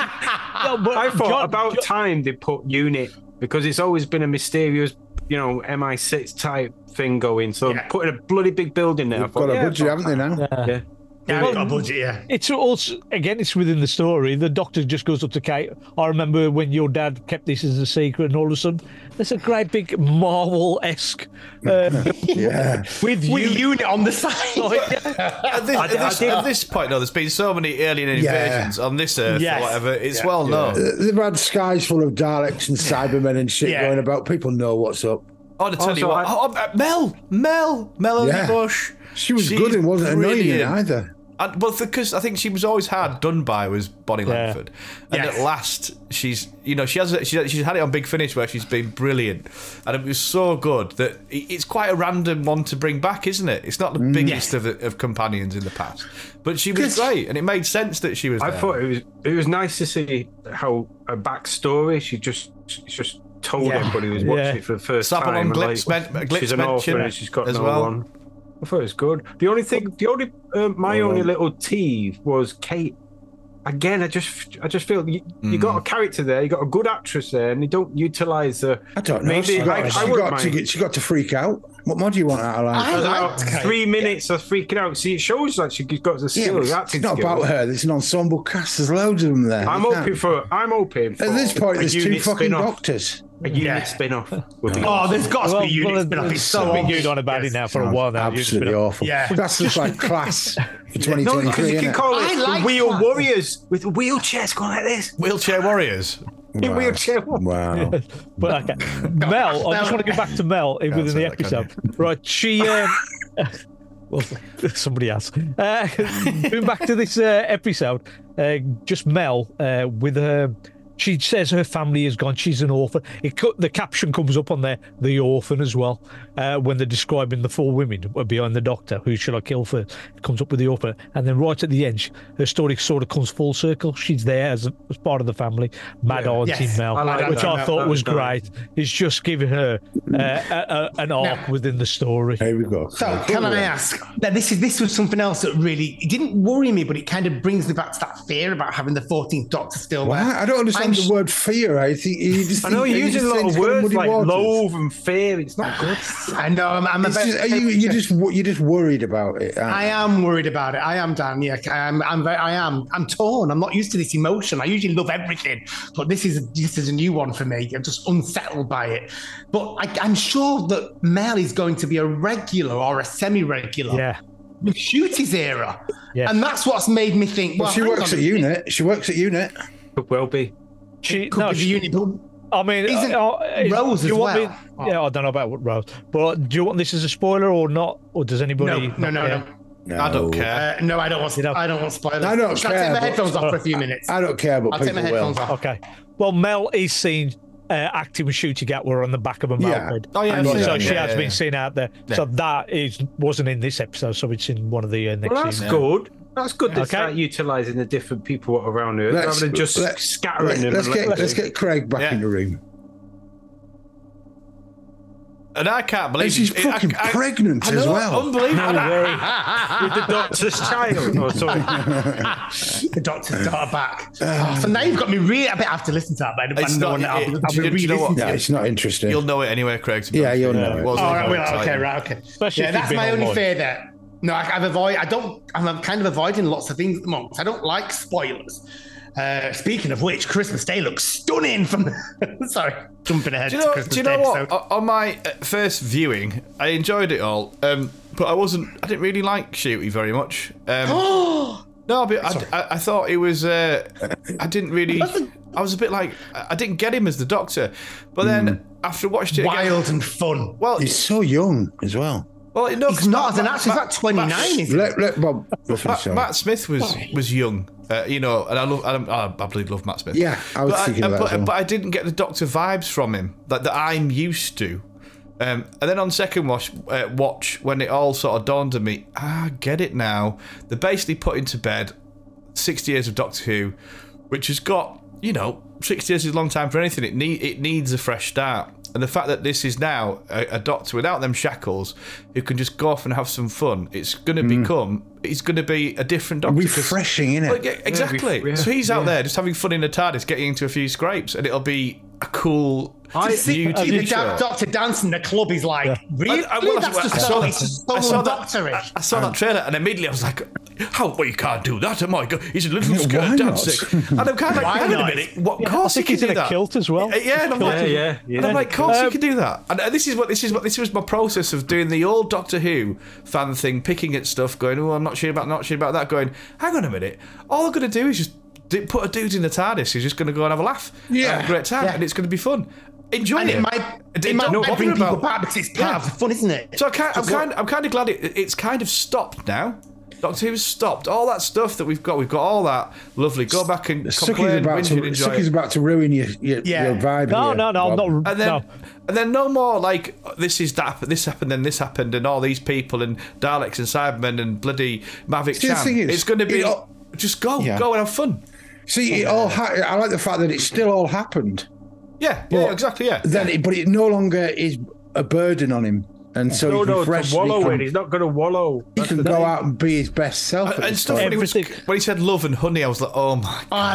S1: I thought about time they put unit because it's always been a mysterious, you know, MI6 type thing going. So
S5: Yeah.
S1: putting a bloody big building there. I
S2: Got
S1: thought,
S2: a
S1: yeah,
S2: budget, haven't they now?
S1: yeah.
S5: yeah, I got a budget, yeah.
S3: It's also again, it's within the story. The doctor just goes up to Kate. I remember when your dad kept this as a secret, and all of a sudden, there's a great big Marvel esque. Uh,
S2: Yeah.
S5: With, With unit on the side.
S4: At this, at,
S1: I
S4: this,
S1: did-
S4: at this point, though, there's been so many alien
S2: Yeah.
S4: invasions on this Earth
S5: Yes.
S4: or whatever. It's well known.
S2: They've had skies full of Daleks and Cybermen and shit
S5: Yeah.
S2: going about. People know what's up.
S4: Oh, to tell
S1: Also,
S4: you what,
S1: I-
S4: oh, uh, Mel, Mel, Melanie
S2: Yeah.
S4: Bush.
S2: She was
S4: She's
S2: good and wasn't annoying you
S4: brilliant.
S2: either.
S4: And, well, because I think she was always hard done by was Bonnie Langford, and
S5: Yes.
S4: at last she's you know she has she, she's had it on Big Finish where she's been brilliant, and it was so good that it- it's quite a random one to bring back, isn't it? It's not the biggest of, of companions in the past, but she was great, and it made sense that she was.
S1: I
S4: there.
S1: thought it was it was nice to see how a backstory she just she just told
S5: Yeah.
S1: everybody who was watching
S3: Yeah.
S1: it for the first
S4: Supple
S1: time.
S4: on
S1: and,
S4: Glitz men- Glitz
S1: she's an orphan
S4: mention
S1: and she's got
S4: as
S1: no
S4: well.
S1: one. I thought it was good. The only thing, the only uh, my only little teeth was Kate. Again, I just I just feel you, you got a character there, you got a good actress there, and you don't utilize her.
S2: I don't know.
S1: Maybe
S2: she, got,
S1: like,
S2: she,
S1: I wouldn't
S2: got to
S1: mind.
S2: get, she got to freak out. What more do you want out of life?
S5: I
S1: About
S5: liked Kate.
S1: three minutes of freaking out. See, it shows that she's got the
S2: Yeah, but
S1: skill.
S2: it's
S1: acting
S2: not
S1: skill.
S2: about her. There's an ensemble cast. There's loads of them there.
S1: I'm
S2: You
S1: hoping
S2: can't-
S1: for. I'm hoping. For
S2: At this point,
S1: a
S2: there's two
S1: unit
S2: fucking
S1: spin-off.
S2: doctors.
S1: A unit
S5: Yeah.
S1: spin-off would be
S5: Oh, there's got to
S3: well,
S5: be unit
S3: well,
S5: spin-off. It's so
S3: been
S5: obvious.
S3: going on about it now for a
S2: Sounds
S3: while now. You've just been
S2: Absolutely awful.
S5: Yeah.
S2: That's just like class for
S1: No,
S2: 2023.
S1: because you
S2: isn't
S1: can
S2: it?
S1: call
S5: I
S1: it the
S5: like
S1: Wheel
S5: that.
S1: Warriors with wheelchairs going like this.
S4: Wheelchair Warriors.
S1: In
S2: Wow.
S1: wheelchair. warriors.
S2: Wow.
S3: But okay. Mel, I just want to go back to Mel eh, within
S4: say
S3: the
S4: that, can
S3: episode. Right, she. Um, well, somebody else. Uh, going back to this uh, episode, uh, just Mel uh, with her. She says her family is gone. She's an orphan. It co- the caption comes up on there, the orphan as well, uh, when they're describing the four women behind the doctor. Who should I kill first? It comes up with the orphan, and then right at the end, she- her story sort of comes full circle. She's there as, a, as part of the family. Mad auntie
S5: Yes.
S3: Mel,
S1: I like
S3: which
S1: that.
S3: I thought
S1: That
S3: was
S1: was nice.
S3: great. It's just giving her uh, a, a, an arc within the story.
S2: Here we go.
S5: So can I ask? Now this is this was something else that really it didn't worry me, but it kind of brings me back to that fear about having the 14th Doctor still
S2: What?
S5: there.
S2: I don't understand
S5: I'm
S2: the
S5: sh-
S2: word fear. I think you just
S1: I know
S2: think-
S1: you're
S2: you just
S1: using a lot
S2: think
S1: of
S2: it's got
S1: words
S2: muddy
S1: like
S2: waters.
S1: loathe and fear. It's not good.
S5: I know I'm, um, I'm a
S2: It's
S5: bit-
S2: just, are you, you're just wo- you're just worried about it. aren't
S5: I am worried about it. I am, Dan. Yeah, I'm. I'm. Very, I am. I'm torn. I'm not used to this emotion. I usually love everything, but this is this is a new one for me. I'm just unsettled by it. But I, I'm sure that Mel is going to be a regular or a
S4: uh,
S5: semi-regular
S3: Yeah.
S5: with Shooty's era,
S3: Yes.
S5: and that's what's made me think. Well,
S2: Well, she
S5: hang
S2: works
S5: on
S2: at
S5: a minute,
S2: unit. She works at unit.
S1: Could well be.
S3: She,
S5: Could
S3: no,
S5: be
S3: she-
S5: the unit, but
S3: I mean,
S5: Isn't
S3: uh, uh,
S5: Rose
S3: do you
S5: as
S3: want
S5: well?
S3: Me, yeah, I don't know about Rose, but do you want this as a spoiler or not? Or does anybody?
S5: No, no, no,
S3: Yeah.
S5: no.
S2: No.
S4: I don't care.
S5: Uh, no, I don't want.
S3: You know-
S5: I don't want spoilers.
S2: I don't
S5: Shall I
S2: care,
S5: take my
S2: but-
S5: headphones off for a few minutes?
S2: I don't care, but
S5: I'll take
S2: people
S5: my headphones
S2: will.
S5: off.
S3: Okay. Well, Mel is seen uh, acting with shooting at her on the back of a
S2: Yeah.
S3: moped.
S4: Oh, yeah,
S3: And
S2: I've seen
S3: so
S2: that,
S3: she
S4: yeah,
S3: has
S4: yeah, yeah.
S3: been seen out there. So that is wasn't in this episode. So it's in one of the uh, next.
S1: Well, that's
S3: seasons.
S1: good. That's good. They
S3: Okay.
S1: start utilizing the different people around her
S2: Let's-
S1: rather than just
S2: let's-
S1: scattering
S2: Let's,
S1: them.
S2: let's
S1: and
S2: get
S1: letting
S2: let's
S1: them-
S2: get Craig back
S4: Yeah.
S2: in the room.
S4: And I can't believe
S2: And she's
S4: I- I-
S2: fucking
S4: I-
S2: pregnant
S4: I
S2: as
S4: know,
S2: well.
S4: Unbelievable.
S1: with the doctor's child. Oh, or something.
S5: The
S2: Uh,
S5: doctor's daughter back. Oh, so now you've got me really. I bet I have to listen to that. But I
S4: It's
S5: don't
S4: not-
S5: want to. I'll,
S4: it-
S5: be-
S4: it-
S5: I'll
S4: do
S5: be
S4: you- do you know what?
S5: re-listening.
S2: Yeah, it's not interesting.
S4: You'll know it anyway, Craig. to be
S2: Yeah,
S4: honest
S2: you'll
S4: with you.
S2: know it.
S4: wasn't
S5: All Oh, right,
S4: very
S5: well, okay,
S4: exciting.
S5: right, okay.
S3: Especially
S5: yeah,
S3: if you've
S5: that's
S3: been
S5: my only
S3: online.
S5: fear there. No, I, I've avoid. I don't. I'm, I'm kind of avoiding lots of things at the moment. I don't like spoilers. Uh, speaking of which, Christmas Day looks stunning. From sorry, jumping ahead
S4: Do you
S5: to
S4: know,
S5: Christmas
S4: do you know
S5: Day.
S4: what?
S5: episode.
S4: O- On my uh, first viewing, I enjoyed it all, um, but I wasn't. I didn't really like Shooty very much. Um, no, but I, I, I thought it was. Uh, I didn't really. I was a bit like I I didn't get him as the Doctor, but then after I watched it again,
S5: Hmm. Wild and fun.
S4: well,
S2: He's so young as well.
S4: well, no, 'cause
S5: He's not
S4: Matt-
S5: as an
S4: Matt-
S5: actor. He's
S4: Matt-
S5: about 29,
S4: Matt-
S5: isn't he?
S2: Let let Bob go for
S4: Matt,
S2: the
S4: Matt Smith was was young, uh, you know, and I love, I, don't- I absolutely love Matt Smith.
S2: Yeah, I was
S4: but
S2: thinking
S4: I,
S2: of
S4: uh,
S2: that
S4: but,
S2: as well.
S4: but I didn't get the Doctor vibes from him that, that I'm used to. Um, and then on second watch, uh, watch, when it all sort of dawned on me, ah, I get it now. They're basically put into bed 60 years of Doctor Who, which has got, you know, 60 years is a long time for anything. It, need, it needs a fresh start. And the fact that this is now a, a doctor without them shackles who can just go off and have some fun, it's going to become, it's going to be a different doctor. 'cause-
S2: Refreshing, innit?
S4: Well, yeah, exactly.
S1: yeah,
S4: so he's out
S1: yeah.
S4: there just having fun in a TARDIS, getting into a few scrapes, and it'll be a cool
S1: I-
S4: new
S5: See
S4: TV
S5: the
S4: show.
S5: da- doctor dancing the club. He's like, really?
S4: I- I- uh, well, I-
S5: That's
S4: I
S5: just
S4: saw
S5: so,
S4: that-
S5: it's just
S4: I
S5: so
S4: saw that-
S5: doctorish.
S4: I saw
S2: Um,
S4: that trailer and immediately I was like, "How? Well, you can't do that, am I? He's a little
S2: Why
S4: skirt
S2: not?
S4: dancing." And I'm kind of
S5: Why
S4: like, "Hang on a
S5: not?
S4: minute, what?
S3: Yeah,
S4: of course
S3: I think
S4: he
S3: he's
S4: can
S3: in
S4: do
S3: a
S4: that."
S3: kilt as well.
S4: Uh, Yeah, and I'm like,
S1: Yeah, yeah, yeah.
S4: And I'm like, "Of course
S3: Um,
S4: you can do that." And uh, this is what this is what this was my process of doing the old Doctor Who fan thing, picking at stuff, going, "Oh, I'm not sure about, not sure about that." Going, "Hang on a minute, all I'm gonna do is just." d- Put a dude in the TARDIS. He's just going to go and have a laugh,
S2: Yeah.
S4: have a great time, and it's going to be fun. Enjoy
S5: And
S4: it.
S5: it might, it,
S4: don't
S5: might
S4: bother
S5: not bring people
S4: about-
S5: back because it's part of the fun, isn't it?
S4: so I can't, I'm
S5: Just
S4: kind, I'm kind of glad it, it's kind of stopped now. Doctor Who's stopped. All that stuff that we've got, we've got all that lovely. Go back and
S2: Sucky's
S4: complain,
S2: about
S4: whinge and
S2: to
S4: enjoy.
S2: Sucky's
S4: it.
S2: about to ruin your your,
S5: Yeah.
S2: your vibe.
S3: No,
S2: here,
S3: no, no,
S2: Bob.
S3: I'm not.
S4: And then,
S3: no.
S4: and then no more like this is that, this happened, then this happened, and all these people and Daleks and Cybermen and bloody Mavic
S2: See, the
S4: Chan.
S2: thing is,
S4: It's going to be
S2: it all-
S4: just go,
S2: Yeah.
S4: go and have fun.
S2: See, it all. Ha- I like the fact that it still all happened.
S4: Yeah, yeah,
S2: Well,
S4: exactly. Yeah,
S2: Then, it, but it no longer is a burden on him, and so
S1: No,
S2: he's
S1: no,
S2: refreshed.
S1: to
S2: and
S1: wallow in.
S2: he
S1: He's
S2: can,
S1: not going to wallow.
S2: he can go out and be his best self. at
S4: and
S2: this
S4: stuff when
S2: point.
S4: he, was,
S3: Everything-
S4: when he said love and honey, I was like, oh my.
S5: Oh, I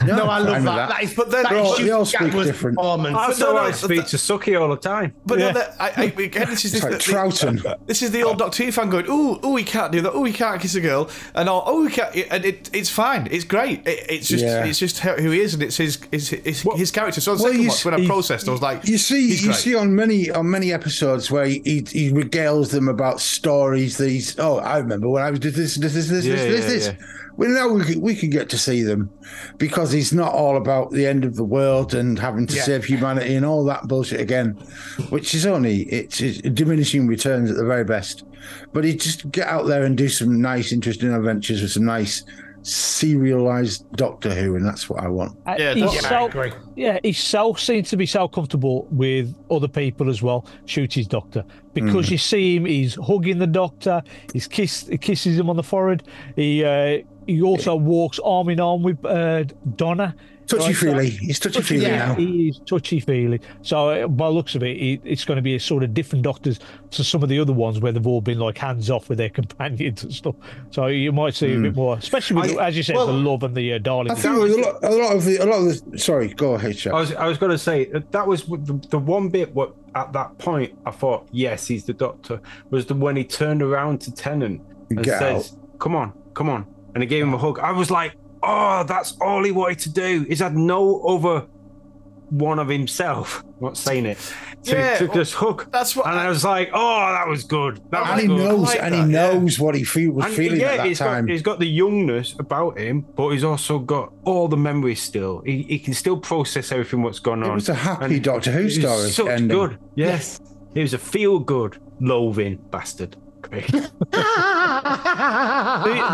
S5: l- no, I
S2: fine
S5: love
S2: with
S5: that.
S2: that.
S5: That is,
S4: But then-
S5: that
S4: They
S5: is
S4: all-
S2: they
S5: Hugh
S2: all speak
S5: Jackman's
S2: different.
S5: performance.
S1: That's
S4: no,
S1: how
S4: no,
S1: I
S4: but
S1: speak
S4: that-
S1: to Suki all the time.
S4: But
S3: Yeah.
S4: no, that, I, I, again, this is
S2: It's
S4: the,
S2: like
S4: the-
S2: Troughton.
S4: This is the old
S1: Oh.
S4: Doctor Who fan going, "Ooh, ooh, he can't do that. Ooh, he can't kiss a girl." And all, "Oh, he can't." And it, it's fine. It's great. It, it's just,
S2: Yeah.
S4: it's just who he is, and it's his, it's, it's his character. So on
S2: well,
S4: second
S2: you
S4: watch, when I
S2: see-
S4: processed, I was like,
S2: You see,
S4: he's
S2: you
S4: great.
S2: see on many on many episodes where he, he, he regales them about stories. That he's oh, I remember when I was did this, this, this, this,
S1: Yeah,
S2: this,
S1: yeah,
S2: this.
S1: yeah.
S2: Well, now we can, we can get to see them because he's not all about the end of the world and having to
S5: Yeah.
S2: save humanity and all that bullshit again, which is only it's, it's diminishing returns at the very best. But he just get out there and do some nice, interesting adventures with some nice serialized Doctor Who, and that's what I want.
S3: Uh,
S4: Yeah,
S3: he's
S4: that's-
S5: Yeah, I
S3: so-
S5: agree.
S3: yeah, he so seems to be so comfortable with other people as well. Shoot his doctor
S2: Hmm.
S3: because you see him. He's hugging the doctor. He's kiss he kisses him on the forehead. He uh, he also walks arm in arm with uh, Donna.
S2: Touchy feely,
S3: Right,
S2: he's touchy
S3: Touchy
S2: feely
S5: Yeah.
S2: now.
S3: He is touchy feely. So uh, by the looks of it, he, it's going to be a sort of different doctors to some of the other ones where they've all been like hands off with their companions and stuff. So you might see a bit more, especially with, as you said, the love and the uh, darling.
S2: Hmm. I think with a lot, a lot of the, a lot of the. Sorry, go ahead, Chef.
S1: I was, I was going to say that that was the, the one bit. What at that point I thought, yes, he's the Doctor. Was the when he turned around to Tennant
S4: Oh,
S1: and
S2: Get
S1: says, "Come on, come on," and he gave him a hug. I was like, "Oh, that's all he wanted to do." He's had no other one of himself. I'm not saying it. To,
S4: Yeah,
S1: to
S4: well,
S1: just hug.
S4: that's what
S1: and
S4: I-
S1: I, was like, "Oh, that was good." That
S2: and
S1: was
S2: he
S1: good.
S2: knows,
S4: like
S2: and
S4: that,
S2: he
S4: yeah.
S2: knows what he feel, was
S1: And,
S2: feeling at that
S1: he's
S2: time.
S1: Got, he's got the youngness about him, but he's also got all the memories still. He, he can still process everything what's gone on.
S2: it was a happy
S1: And
S2: Doctor Who
S1: he was
S2: story.
S1: Such
S2: ending.
S1: good. Yes. He was a feel good, loathing bastard. fuck me.
S3: the,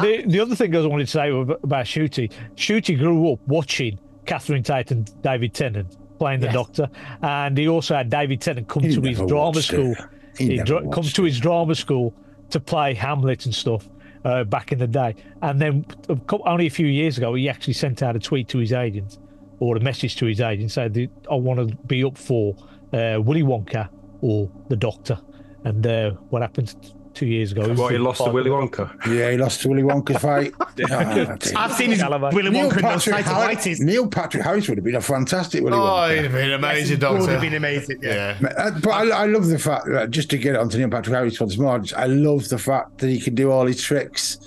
S3: the, the other thing I wanted to say ab- about Shooty, Shooty grew up watching Catherine Tate and David Tennant playing the
S5: Yes.
S3: Doctor, and he also had David Tennant come
S2: He
S3: to his
S2: never
S3: drama
S2: watched it.
S3: school.
S2: He
S3: He
S2: never
S3: dra- come
S2: watched
S3: to his drama school to play Hamlet and stuff uh, back in the day, and then a cou- only a few years ago, he actually sent out a tweet to his agent or a message to his agent saying, that, "I want to be up for uh, Willy Wonka or the Doctor," and uh, what happened? Two years ago,
S1: What, he lost to
S3: Willy
S1: Willy
S3: Wonka.
S1: Wonka?
S2: Yeah, he lost to Willy Wonka fight. Ah, dear.
S5: I've seen his
S3: Caliban.
S5: Willy
S2: Neil
S5: Wonka and those
S2: Patrick, Harris,
S5: cytophytes.
S2: Neil Patrick Harris would have been a fantastic Willy
S4: Oh,
S2: Wonka.
S4: he'd have been amazing,
S5: Would
S4: Doctor.
S5: have been amazing. Yeah.
S4: yeah.
S2: Uh, But I, I love the fact that just to get onto Neil Patrick Harris once more, I, just, I love the fact that he can do all his tricks.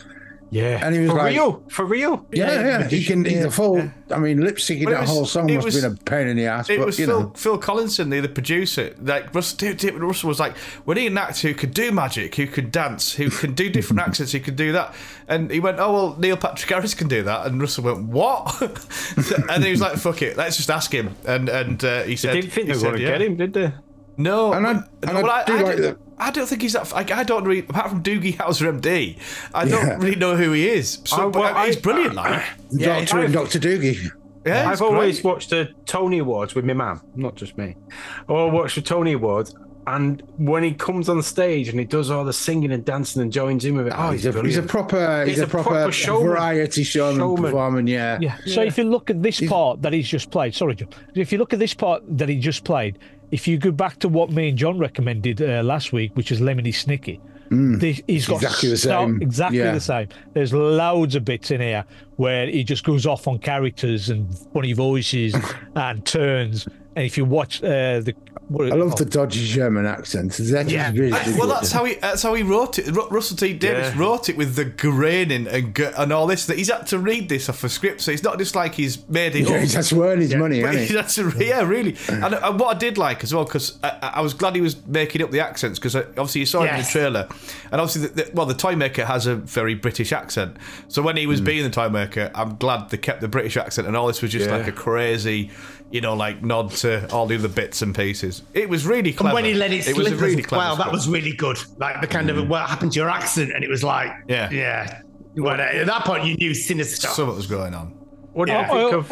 S1: Yeah.
S2: And he was
S1: for
S2: like-
S1: real, for real.
S2: Yeah, yeah, he can. He's a full. I mean, lip syncing
S4: But it
S2: that
S4: was-
S2: whole song
S4: it
S2: must
S4: was-
S2: have been a pain in the ass.
S4: It
S2: but
S4: was
S2: you
S4: Phil,
S2: know,
S4: Phil Collinson, the, the producer. Like Russell, David- David Russell was like, we need an actor who could do magic, who could dance, who can do different accents, who can do that. And he went, oh well, Neil Patrick Harris can do that. And Russell went, what? and he was like, fuck it, let's just ask him. And and uh, he said,
S1: Didn't think they
S4: he
S1: were
S4: said,
S1: going to
S4: yeah.
S1: get him, did they?
S4: No,
S2: And I-
S4: but-
S2: and I do like
S4: don't-
S2: that-
S4: I don't think he's that. Like, I don't really, apart from Doogie Howser MD, I don't
S2: Yeah.
S4: really know who he is. So,
S1: Oh,
S4: but,
S1: well,
S4: I mean, he's
S1: I-
S4: brilliant, like.
S1: Yeah,
S2: Doctor and
S1: I've-
S2: Doctor Doogie.
S4: Yeah,
S1: I've
S4: he's
S1: always
S4: great.
S1: watched the Tony Awards with my mum, not just me. Or watched the Tony Awards, and when he comes on stage and he does all the singing and dancing and joins in with it, oh, he's,
S2: He's a, he's a
S1: brilliant.
S2: proper. He's, a, proper,
S1: showman.
S2: variety showman,
S1: Showman.
S2: performing. Yeah.
S3: Yeah. So if you look at this part that he's just played, sorry, John. If you look at this part that he just played, if you go back to what me and John recommended uh, last week, which is Lemony Snicket, this, he's got
S2: Mm. Exactly the
S3: so-
S2: same.
S3: Exactly
S2: Yeah.
S3: the same. There's loads of bits in here where he just goes off on characters and funny voices and turns. And if you watch uh, the, what,
S2: I love the dodgy German accent. That is
S5: Yeah.
S2: really
S4: That- Uh, well, that's how he that's how he wrote it. Ru- Russell T Davis
S1: Yeah.
S4: wrote it with the graining and g- and all this. That he's had to read this off a script, so it's not just like he's made it
S2: Yeah,
S4: up.
S2: he's that's where his money,
S4: But
S2: hasn't he?
S4: that's a, yeah, really. And, and what I did like as well, because I, I- I was glad he was making up the accents, because obviously you saw it in the
S5: Yes.
S4: trailer, and obviously, the, the, well, the toy maker has a very British accent. So when he was being the toy maker, I'm glad they kept the British accent, and all this was just
S1: Yeah.
S4: like a crazy, you know, like nod to all the other bits and pieces. It was really
S5: And
S4: clever.
S5: when he let it slip,
S4: was a
S5: I
S4: really
S5: was like,
S4: clever.
S5: wow, that
S4: script.
S5: was really good. Like the kind of what happened to your accent, and it was like,
S4: Yeah.
S5: yeah. Well, at that point, you knew sinister.
S4: something was going on.
S1: What do
S5: Yeah.
S1: you
S3: I-
S1: think of?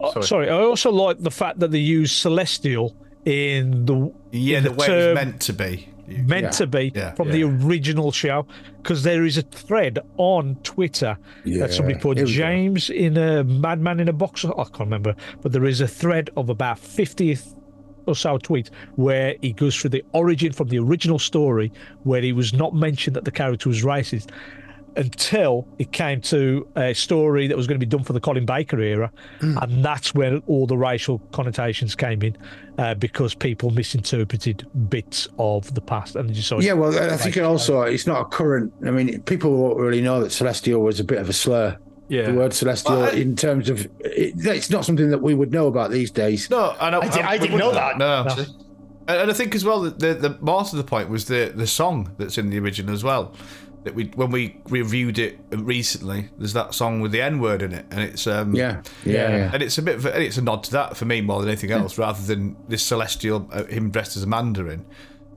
S3: oh,
S1: sorry.
S3: sorry, I also like the fact that they use celestial in the
S4: Yeah,
S3: in
S4: the, way it
S3: term
S4: was meant to be. You-
S3: meant to be
S4: yeah,
S3: from the original show because there is a thread on Twitter that somebody
S2: Yeah,
S3: put
S2: here we go.
S3: James in a Madman in a Box. I can't remember, but there is a thread of about 50th or so tweets where he goes through the origin from the original story where he was not mentioned that the character was racist until it came to a story that was going to be done for the Colin Baker era, and that's where all the racial connotations came in, uh, because people misinterpreted bits of the past and just sort
S2: Yeah, well, I think it also it's not a current. I mean, people won't really know that celestial was a bit of a slur.
S1: Yeah.
S2: The word celestial,
S4: Well, I-
S2: in terms of, it, it's not something that we would know about these days.
S4: No, and I,
S5: I di-
S4: I-
S5: I
S4: we
S5: didn't know that.
S4: wouldn't- No,
S3: No.
S4: And, and I think as well that the, the more to the point was the the song that's in the original as well. That we when we reviewed it recently, there's that song with the N word in it, and it's um
S2: Yeah, yeah, yeah.
S4: and it's a bit of, a- and it's a nod to that for me more than anything else, rather than this celestial uh, him dressed as a mandarin.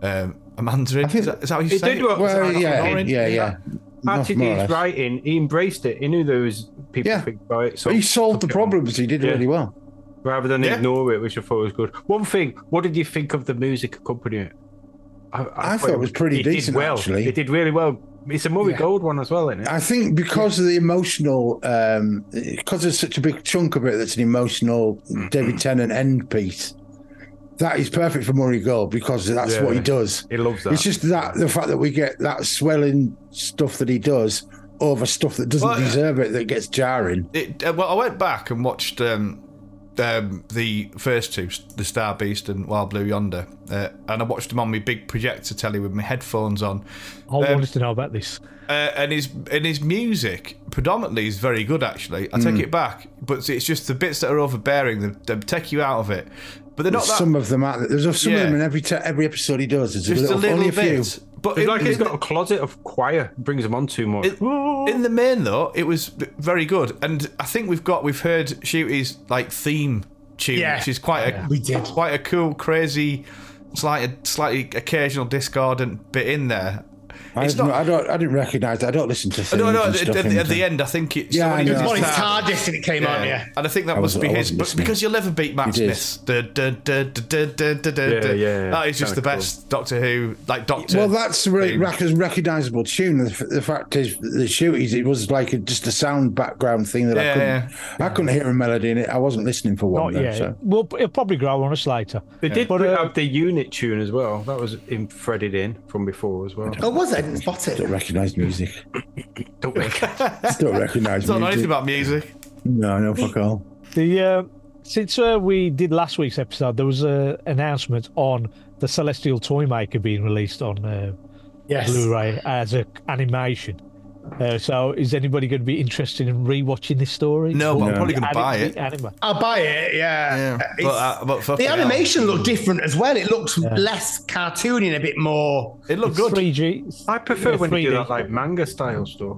S4: Um, a mandarin is that, is that how you
S1: It
S4: say
S1: did
S4: it?
S1: work.
S2: Well,
S1: It's
S2: yeah,
S1: like
S2: yeah,
S1: orange.
S2: yeah, yeah. Not
S1: Actually,
S2: more or
S1: his
S2: less.
S1: writing, he embraced it. He knew there was people
S2: Yeah.
S1: think about it. So
S2: But he solved the problems. He did
S1: Yeah.
S2: really well.
S1: rather than
S4: Yeah.
S1: ignore it, which I thought was good. One thing, what did you think of the music accompanying it?
S2: I thought it was pretty decent,
S1: Did well.
S2: actually.
S1: It did really well. It's a Murray
S2: Yeah.
S1: Gold one as well, isn't it?
S2: I think because of the emotional, um, because there's such a big chunk of it that's an emotional
S4: Mm-hmm.
S2: David Tennant end piece. That is perfect for Murray Gold because that's
S1: Yeah.
S2: what he does.
S1: he loves that.
S2: It's just that the fact that we get that swelling stuff that he does over stuff that doesn't
S4: Well, yeah.
S2: deserve it that gets jarring.
S4: It, uh, well, I went back and watched um, um, the first two, the Star Beast and Wild Blue Yonder, uh, and I watched them on my big projector telly with my headphones on.
S3: I wanted to know about this.
S4: Uh, and his and his music predominantly is very good. Actually, I take
S2: Hmm.
S4: it back, but it's just the bits that are overbearing. They, they take you out of it, but they're not that.
S2: some of them out there. There's some
S4: Yeah.
S2: of them in every te- every episode he does. There's
S4: just
S2: a little, only a few.
S4: bit. But
S1: it's
S4: in-
S1: like he's
S4: in
S1: got a closet of choir, brings him on too much.
S4: It- in the main though it was very good and i think we've got we've heard shooty's like theme tune
S5: Yeah.
S4: which is quite a
S5: We did.
S4: quite a cool crazy slight slightly occasional discordant bit in there
S2: I,
S4: It's
S2: have no-
S4: not-
S2: I don't. I didn't recognise. that. I don't listen to things.
S4: No, no.
S2: and
S4: At,
S2: stuff
S4: at, at
S2: into-
S4: the end, I think it's
S2: Yeah,
S4: somebody
S2: I
S4: did
S2: know.
S4: his
S5: Well, it's
S4: part.
S5: TARDIS and it came on, yeah.
S4: And I think that
S2: I
S4: must
S2: was-
S4: be
S2: I
S4: his,
S2: wasn't
S4: but
S2: listening.
S4: because you'll never beat Matt
S2: You did.
S4: Smith's. Da, da, da, da, da, da, da, da.
S1: Yeah, yeah, yeah.
S4: That is just
S1: Kinda
S4: the best Doctor Who, like Doctor.
S2: Well, that's really
S4: thing.
S2: rec- recognisable tune. The, f- the fact is, the shooties, it was like a, just a sound background thing that
S4: Yeah,
S2: I couldn't. I couldn't hear a melody in it. I wasn't listening for
S3: Not
S2: one. though,
S3: yet.
S2: so.
S3: Well, it'll probably grow on us later.
S1: They did
S3: But,
S1: put
S3: uh,
S1: out the unit tune as well. That was in, threaded in from before as well.
S5: Oh, was it? I didn't spot
S2: Don't
S5: it.
S2: recognise music.
S1: Don't make
S2: Don't recognise
S4: Don't know
S2: music.
S4: anything about music.
S2: no, no, fuck all.
S3: The uh, since uh, we did last week's episode, there was an announcement on the Celestial Toymaker being released on uh,
S5: Yes.
S3: Blu-ray as an animation. Uh, so, is anybody going to be interested in rewatching this story?
S4: No, but I'm probably going to
S3: Ani-
S4: buy it.
S3: the anima-
S5: I'll buy it,
S4: Yeah.
S5: yeah. Uh,
S4: But, uh, but fucking
S5: the
S4: hell.
S5: animation looked different as well. It looked less cartoony and a bit more.
S4: It looked
S3: It's
S4: good.
S3: 3G.
S1: I prefer
S3: Yeah,
S1: when they do
S3: 3D.
S1: that like manga style stuff.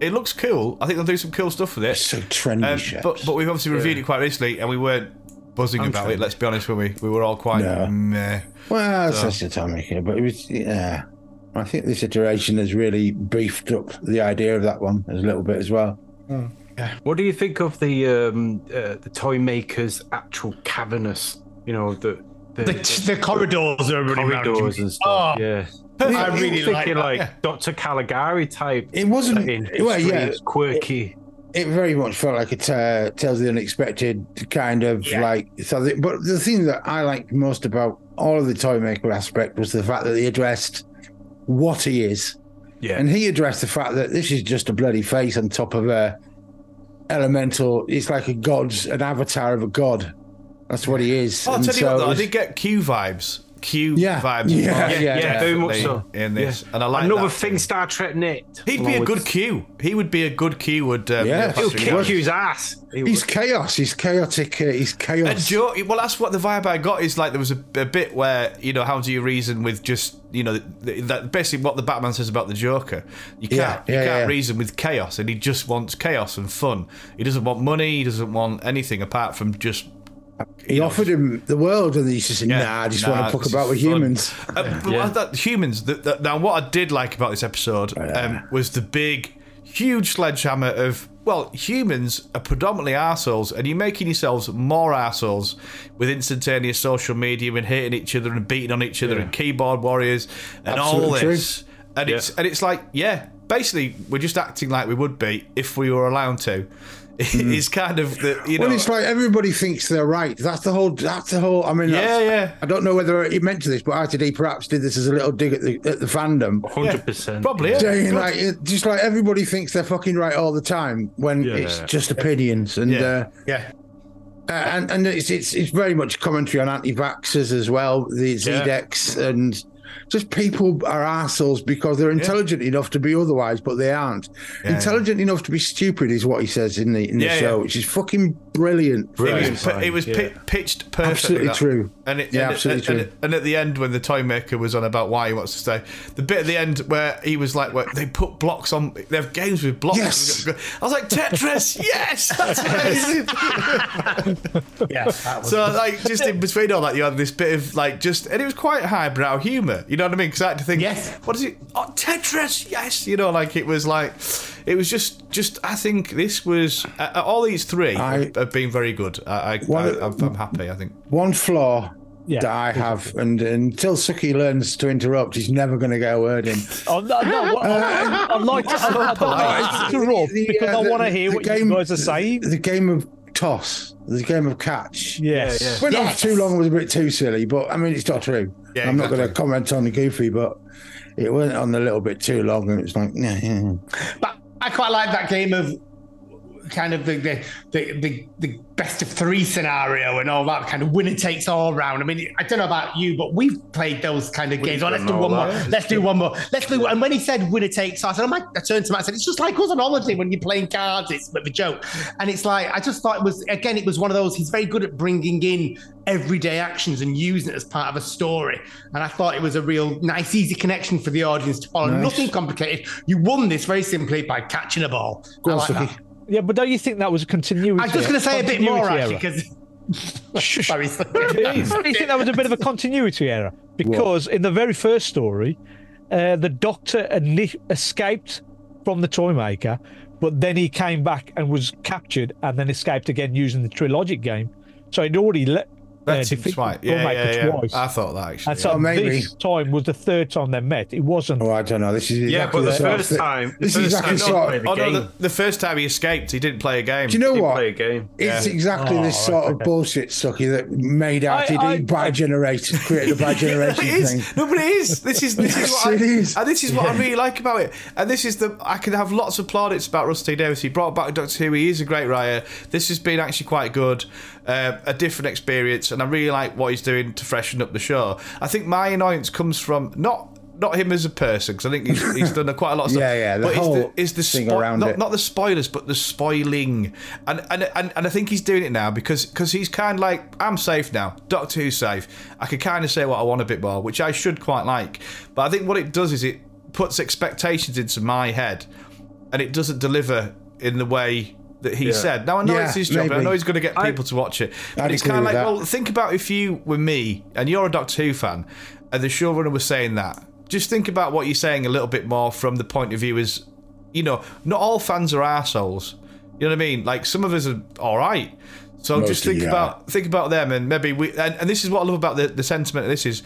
S4: It looks cool. I think they'll do some cool stuff with it.
S2: So trendy
S4: Um,
S2: shit.
S4: but but we've obviously reviewed it quite recently, and we weren't buzzing
S1: I'm
S4: about
S1: sure.
S4: it. Let's be honest, were we? We were all quite
S2: No.
S4: meh. Oh,
S2: Well, it's such a time here, but it was yeah. I think this iteration has really beefed up the idea of that one a little bit as well.
S1: What do you think of the um, uh, the toy maker's actual cavernous? You know the the,
S5: The,
S1: the
S5: the corridors are running round.
S1: corridors and stuff.
S5: Oh,
S1: yeah,
S5: I really like
S1: thinking
S5: that.
S1: like Dr. Caligari type.
S2: It wasn't.
S1: In
S2: well, yeah,
S1: quirky.
S2: it very much felt like it uh, tells the unexpected kind of
S5: Yeah.
S2: like something. But the thing that I liked most about all of the toy maker aspect was the fact that they addressed what he is,
S1: Yeah,
S2: and he addressed the fact that this is just a bloody face on top of a elemental. It's like a god's an avatar of a god. That's what he is.
S4: Oh, I'll
S2: And
S4: tell you
S2: so
S4: what,
S2: it
S4: though, I
S2: was-
S4: did get Oh, Q vibes. Q
S2: Yeah.
S4: vibes.
S2: Yeah, yeah,
S1: yeah, very much so.
S4: definitely In this,
S1: Yeah.
S4: and I like
S1: another
S4: that
S1: thing Star Trek nicked.
S4: He'd be
S1: along
S4: a
S1: with-
S4: good Q. He would be a good Q. Would um,
S2: Yeah.
S4: Neil
S1: He'll
S4: Patrick
S1: kick
S4: Harris.
S1: Hugh's ass. He
S2: He's
S1: would.
S2: chaos. He's chaotic. Uh, he's chaos.
S4: And Joe, well, that's what the vibe I got is like. There was a, a bit where you know, how do you reason with just you know th- that basically what the Batman says about the Joker? You can't,
S2: Yeah,
S4: you
S2: yeah,
S4: can't
S2: yeah.
S4: reason with chaos, and he just wants chaos and fun. He doesn't want money. He doesn't want anything apart from just.
S2: he offered him the world, and he just said,
S4: yeah,
S2: "Nah, I just
S4: nah,
S2: want to fuck
S4: this
S2: about
S4: is
S2: with
S4: fun."
S2: humans."
S4: Uh, but
S1: Yeah.
S4: that, humans. The, the, now, what I did like about this episode
S2: Oh,
S4: um, was the big, huge sledgehammer of well, humans are predominantly assholes, and you're making yourselves more assholes with instantaneous social media and hating each other and beating on each other and keyboard warriors and all
S2: Absolutely true.
S4: this. And it's and it's like yeah, basically we're just acting like we would be if we were allowed to. It's kind of the you know.
S2: Hmm. Well, it's like everybody thinks they're right. That's the whole. That's the whole. I mean,
S4: yeah,
S2: that's-
S4: yeah.
S2: I don't know whether it meant to this, but RTD perhaps did this as a little dig at the, at the fandom.
S1: hundred percent.
S4: Probably, yeah.
S2: Saying
S4: Good.
S2: like, it- just like everybody thinks they're fucking right all the time when
S1: Yeah.
S2: it's just opinions and
S4: Yeah.
S2: uh,
S5: yeah.
S2: uh, and and it's it's it's very much commentary on anti-vaxxers as well, the Zedex and just people are assholes because they're intelligent enough to be otherwise, but they aren't. intelligent enough to be stupid is what he says in the in the
S4: Yeah,
S2: show,
S4: yeah.
S2: which is fucking brilliant.
S4: It
S1: Brilliant.
S4: was, pi- it was pi- pitched perfectly.
S2: Absolutely
S4: that.
S2: true.
S1: Uh,
S4: And it,
S2: Yeah,
S4: and, it-
S2: absolutely
S4: and,
S2: true.
S4: And, and at the end, when the toy maker was on about why he wants to stay, the bit at the end where he was like, where they put blocks on, they have games with blocks.
S2: Yes.
S4: I was like, Tetris, yes, that's amazing.
S5: Yeah. That was
S4: so, like, just in between all that, you had this bit of, like, just, and it was quite highbrow humour, you know what I mean? Because I had to think,
S5: Yes.
S4: what is it? Oh, Tetris, yes, you know, like, it was like, it was just, just, I think this was, uh, uh, all these three
S2: I-
S4: have been very good. I, I,
S2: One
S4: I,
S2: of-
S4: I'm, I'm happy, I think.
S2: one flaw
S3: Yeah.
S2: that I have, and, until Suki learns to interrupt, he's never going to get a word in.
S3: Oh, no, no, what- I- I'd like to, I'd like to interrupt
S2: The, uh,
S3: because I
S2: the-
S3: want to hear
S2: the
S3: what
S2: game-
S3: you guys are saying.
S2: The game of toss, the game of catch.
S3: Yes.
S1: yeah.
S2: Went
S5: Yes.
S2: on too long was a bit too silly, but I mean it's not true.
S4: Yeah,
S2: I'm not
S4: exactly.
S2: going to comment on the goofy, but it went on a little bit too long, and it was like, yeah, yeah.
S5: But I quite like that game of kind of the the, the, the the best of three scenario and all that kind of winner takes all round. I mean, I don't know about you, but we've played those kind of games. Oh, let's do
S4: done all
S5: one more.
S4: that.
S5: Let's do one more. Let's do. And when he said winner takes all, I said, oh, my, I turned to Matt and said, it's just like us on holiday when you're playing cards. It's a bit of a joke. And it's like, I just thought it was, again, it was one of those, he's very good at bringing in everyday actions and using it as part of a story. And I thought it was a real nice, easy connection for the audience to follow.
S2: Nice.
S5: Nothing complicated. You won this very simply by catching a ball.
S2: Go
S5: I
S2: on,
S5: like
S2: Suki.
S5: that.
S3: Yeah, but don't you think that was a continuity?
S5: I was just going to say a bit
S3: continuity
S5: more
S3: error?
S5: actually because. Sorry, sorry.
S3: Do you think that was a bit of a continuity error? Because in the very first story, uh, the doctor ini escaped from the Toymaker, but then he came back and was captured and then escaped again using the Trilogic game. So he'd already let.
S4: That's right. Yeah, yeah, yeah.
S3: twice.
S4: I thought that actually.
S3: And so
S4: yeah.
S2: Oh, maybe.
S3: this time was the third time they met. It wasn't.
S2: Oh, I don't know. This is exactly
S1: Yeah, but the
S2: sort of
S1: first
S2: thi-
S1: time- the
S2: This is
S1: first
S2: exactly
S1: time-
S2: sort.
S1: Play the
S4: oh, no,
S1: game.
S4: the, the first time he escaped, he didn't play a game.
S2: do you know
S1: Didn't
S2: what?
S1: play a game.
S2: It's
S4: Yeah.
S2: exactly
S3: Oh,
S2: this
S3: right,
S2: sort of
S3: okay.
S2: bullshit sucky that made RTD
S3: I-
S2: by generation created a by
S4: It
S2: generation thing.
S4: is. No, but it is. This is this is
S2: Yes,
S4: what I,
S2: it is.
S4: and this is what I really like about it. And this is the I can have lots of plaudits about Rusty Davis. He brought back Doctor Who. He is a great writer. This has been actually quite good, uh, a different experience, and I really like what he's doing to freshen up the show. I think my annoyance comes from not. Not him as a person, because I think he's, he's done a, quite a lot of stuff.
S2: Yeah, yeah, the
S4: but it's
S2: whole
S4: it's the
S2: thing
S4: spoi-
S2: around
S4: not,
S2: it.
S4: not the spoilers, but the spoiling, and and, and and I think he's doing it now because because he's kind of like I'm safe now, Doctor Who's safe. I can kind of say what I want a bit more, which I should quite like. But I think what it does is it puts expectations into my head, and it doesn't deliver in the way that he said. Now I know
S2: Yeah,
S4: it's his job, and I
S2: maybe.
S4: know he's going to get people to watch it. But
S2: I'd
S4: it's
S2: agree
S4: kind of
S2: with
S4: like
S2: that.
S4: well, think about if you were me and you're a Doctor Who fan, and the showrunner was saying that. Just think about what you're saying a little bit more from the point of view as, you know, not all fans are assholes. You know what I mean? Like some of us are all right. So just
S2: Mostly,
S4: think
S2: yeah.
S4: about think about them and maybe we. And, and this is what I love about the, the sentiment. Of this is,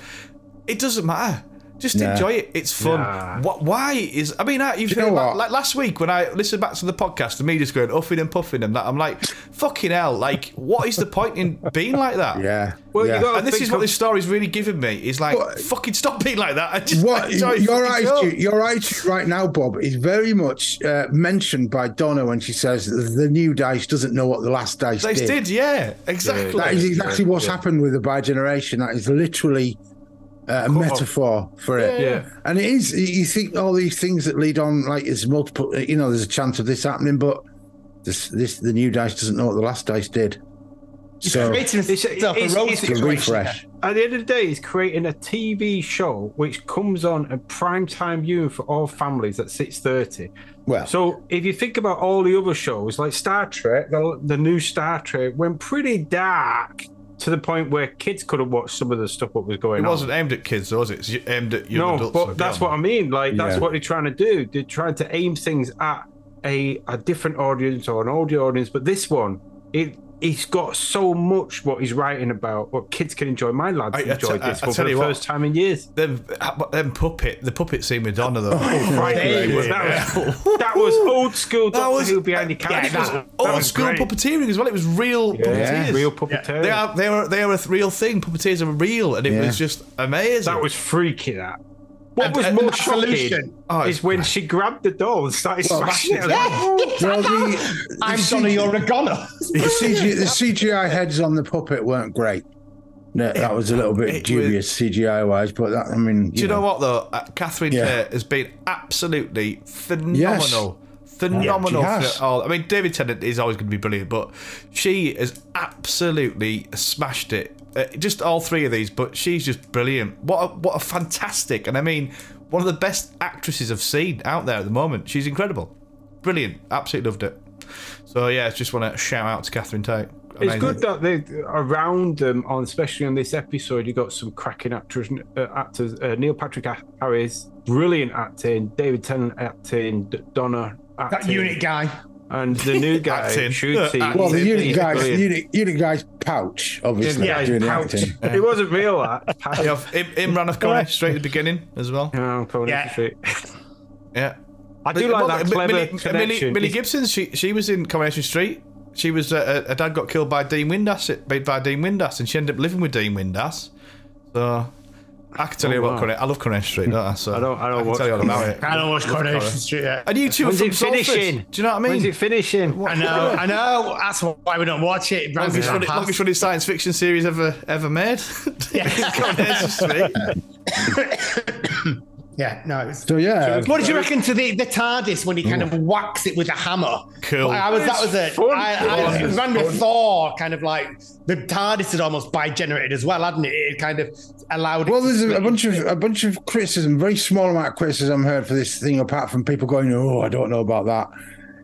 S4: it doesn't matter. Just enjoy it. It's fun.
S1: Nah.
S4: What? Why is? I mean, I- you
S2: you know
S4: feel like,
S2: what?
S4: like last week when I listened back to the podcast, the media's going uffing and puffing and that. I'm like, fucking hell! Like, what is the point in being like that?
S2: Yeah.
S1: Well,
S2: yeah.
S1: you got
S4: And this is what this story's really given me. Is like,
S2: What?
S4: fucking stop being like that. I just
S2: what
S4: enjoy
S2: your
S4: fucking show.
S2: attitude, your attitude right now, Bob, is very much uh, mentioned by Donna when she says the new dice doesn't know what the last dice
S4: They
S2: did.
S4: did, yeah, exactly.
S2: That is exactly
S1: Yeah,
S2: what's
S1: yeah.
S2: happened with the by generation. That is literally uh, a metaphor for it.
S1: Yeah.
S2: And it is. you- You think all these things that lead on, like there's multiple. uh, You know, there's a chance of this happening, but this, this, the new dice doesn't know what the last dice did. So
S5: Creating
S1: It's-
S5: himself a
S1: it's-
S5: road
S1: it's a
S2: the
S5: situation
S2: refresh.
S1: At the end of the day, it's creating a TV show which comes on at prime time viewing for all families at six thirty.
S2: Well,
S1: So if you think about all the other shows like Star Trek, the, the new Star Trek went pretty dark to the point where kids couldn't watch some of the stuff that was going
S4: It
S1: on.
S4: wasn't aimed at kids, though, was it? It's aimed at young
S1: no,
S4: adults.
S1: but
S4: and
S1: that's what I
S4: beyond.
S1: mean. Like that's
S2: Yeah.
S1: what they're trying to do. They're trying to aim things at a a different audience or an older audience. But this one, it it's got so much what he's writing about, what kids can enjoy. My lads
S4: I- I
S1: enjoyed
S4: te- I-
S1: this
S4: I
S1: one for
S4: tell
S1: the
S4: you what.
S1: first time in years.
S4: Them, them puppet, the puppet scene with Donna
S2: Oh,
S4: though.
S1: Right,
S5: They were-
S1: that, was, that was old school
S4: That
S1: Doctor
S4: was-
S1: Who behind the camera.
S4: it was
S1: That- that
S4: old
S1: was
S4: school
S1: great.
S4: puppeteering as well. It was real
S1: Yeah.
S4: puppeteers.
S1: Real puppeteering.
S4: They are they are they are a th- real thing. Puppeteers are real, and it
S2: Yeah.
S4: was just amazing.
S1: That was freaky. That. What
S4: And-
S1: was
S4: and-
S1: more
S4: and
S1: shocking
S5: solution.
S4: Oh, it's
S1: is when she grabbed the doll and started smashing it. I was
S5: Yeah.
S2: well, the- the
S5: I'm
S2: CG
S5: Johnny Oregano.
S2: the, CG, the CGI heads on the puppet weren't great. No, that was a little bit
S4: It
S2: dubious CGI wise, but that, I mean,
S4: Do you know what though? Uh, Catherine
S2: Yeah.
S4: Kerr has been absolutely
S2: Yeah,
S4: phenomenal. Phenomenal
S2: she has.
S4: for all. I mean, David Tennant is always going to be brilliant, but she has absolutely smashed it. Uh, just all three of these, but she's just brilliant. What a, what a fantastic, and I mean, one of the best actresses I've seen out there at the moment. She's incredible, brilliant. Absolutely loved it. So yeah, just want to shout out to Catherine Tate.
S1: It's
S4: Amazing.
S1: good that they around them on, especially on this episode, you got some cracking actors. Uh, actors uh, Neil Patrick Harris, brilliant acting. David Tennant acting. D- Donna acting.
S5: That unit guy.
S1: and the new guy
S4: Acting.
S1: shooting.
S2: Well, the unit guys,
S1: Brilliant.
S2: unit, unit guys pouch obviously
S1: Unit guys
S2: doing the
S1: pouch.
S2: acting.
S1: It wasn't real that.
S4: You have Im- Imran Afghani straight at the beginning as well.
S1: No, probably
S5: Yeah.
S1: different.
S4: Yeah.
S1: I do like
S4: Well,
S1: that
S4: Mi-
S1: clever
S4: Millie, Millie,
S1: connection.
S4: Millie
S1: It's-
S4: Gibson, she she was in Coronation Street. She was uh, her dad got killed by Dean Windass by by Dean Windass, and she ended up living with Dean Windass. So I can tell you
S1: Oh,
S4: what
S1: wow.
S4: Coronation. I love Coronation Street, don't I? So
S1: I don't- I don't
S4: I can
S1: watch
S4: tell you all about it.
S5: I don't watch Coronation Street yet.
S4: And you two are
S1: When's
S4: from
S1: it
S4: Salford.
S1: finishing?
S4: Do you know what I
S1: When's
S4: mean?
S1: it finishing?
S5: I know, I know. That's why we don't watch it. it. drives me
S4: Longest running,
S5: past.
S4: longest running science fiction series ever ever made. Coronation Street.
S5: Yeah, no. It's...
S2: So yeah,
S5: What did you reckon to the, the TARDIS when he kind of whacks it with a hammer?
S4: Cool.
S5: I, I was that
S1: It's
S5: was it.
S1: fun.
S5: I, I,
S1: Yeah.
S5: I remember Thor kind of like the TARDIS had almost bi-generated as well, hadn't it? It kind of allowed.
S2: Well,
S5: it to
S2: there's a, a
S5: split
S2: bunch of a bunch of criticism, very small amount of criticism heard for this thing, apart from people going, "Oh, I don't know about that."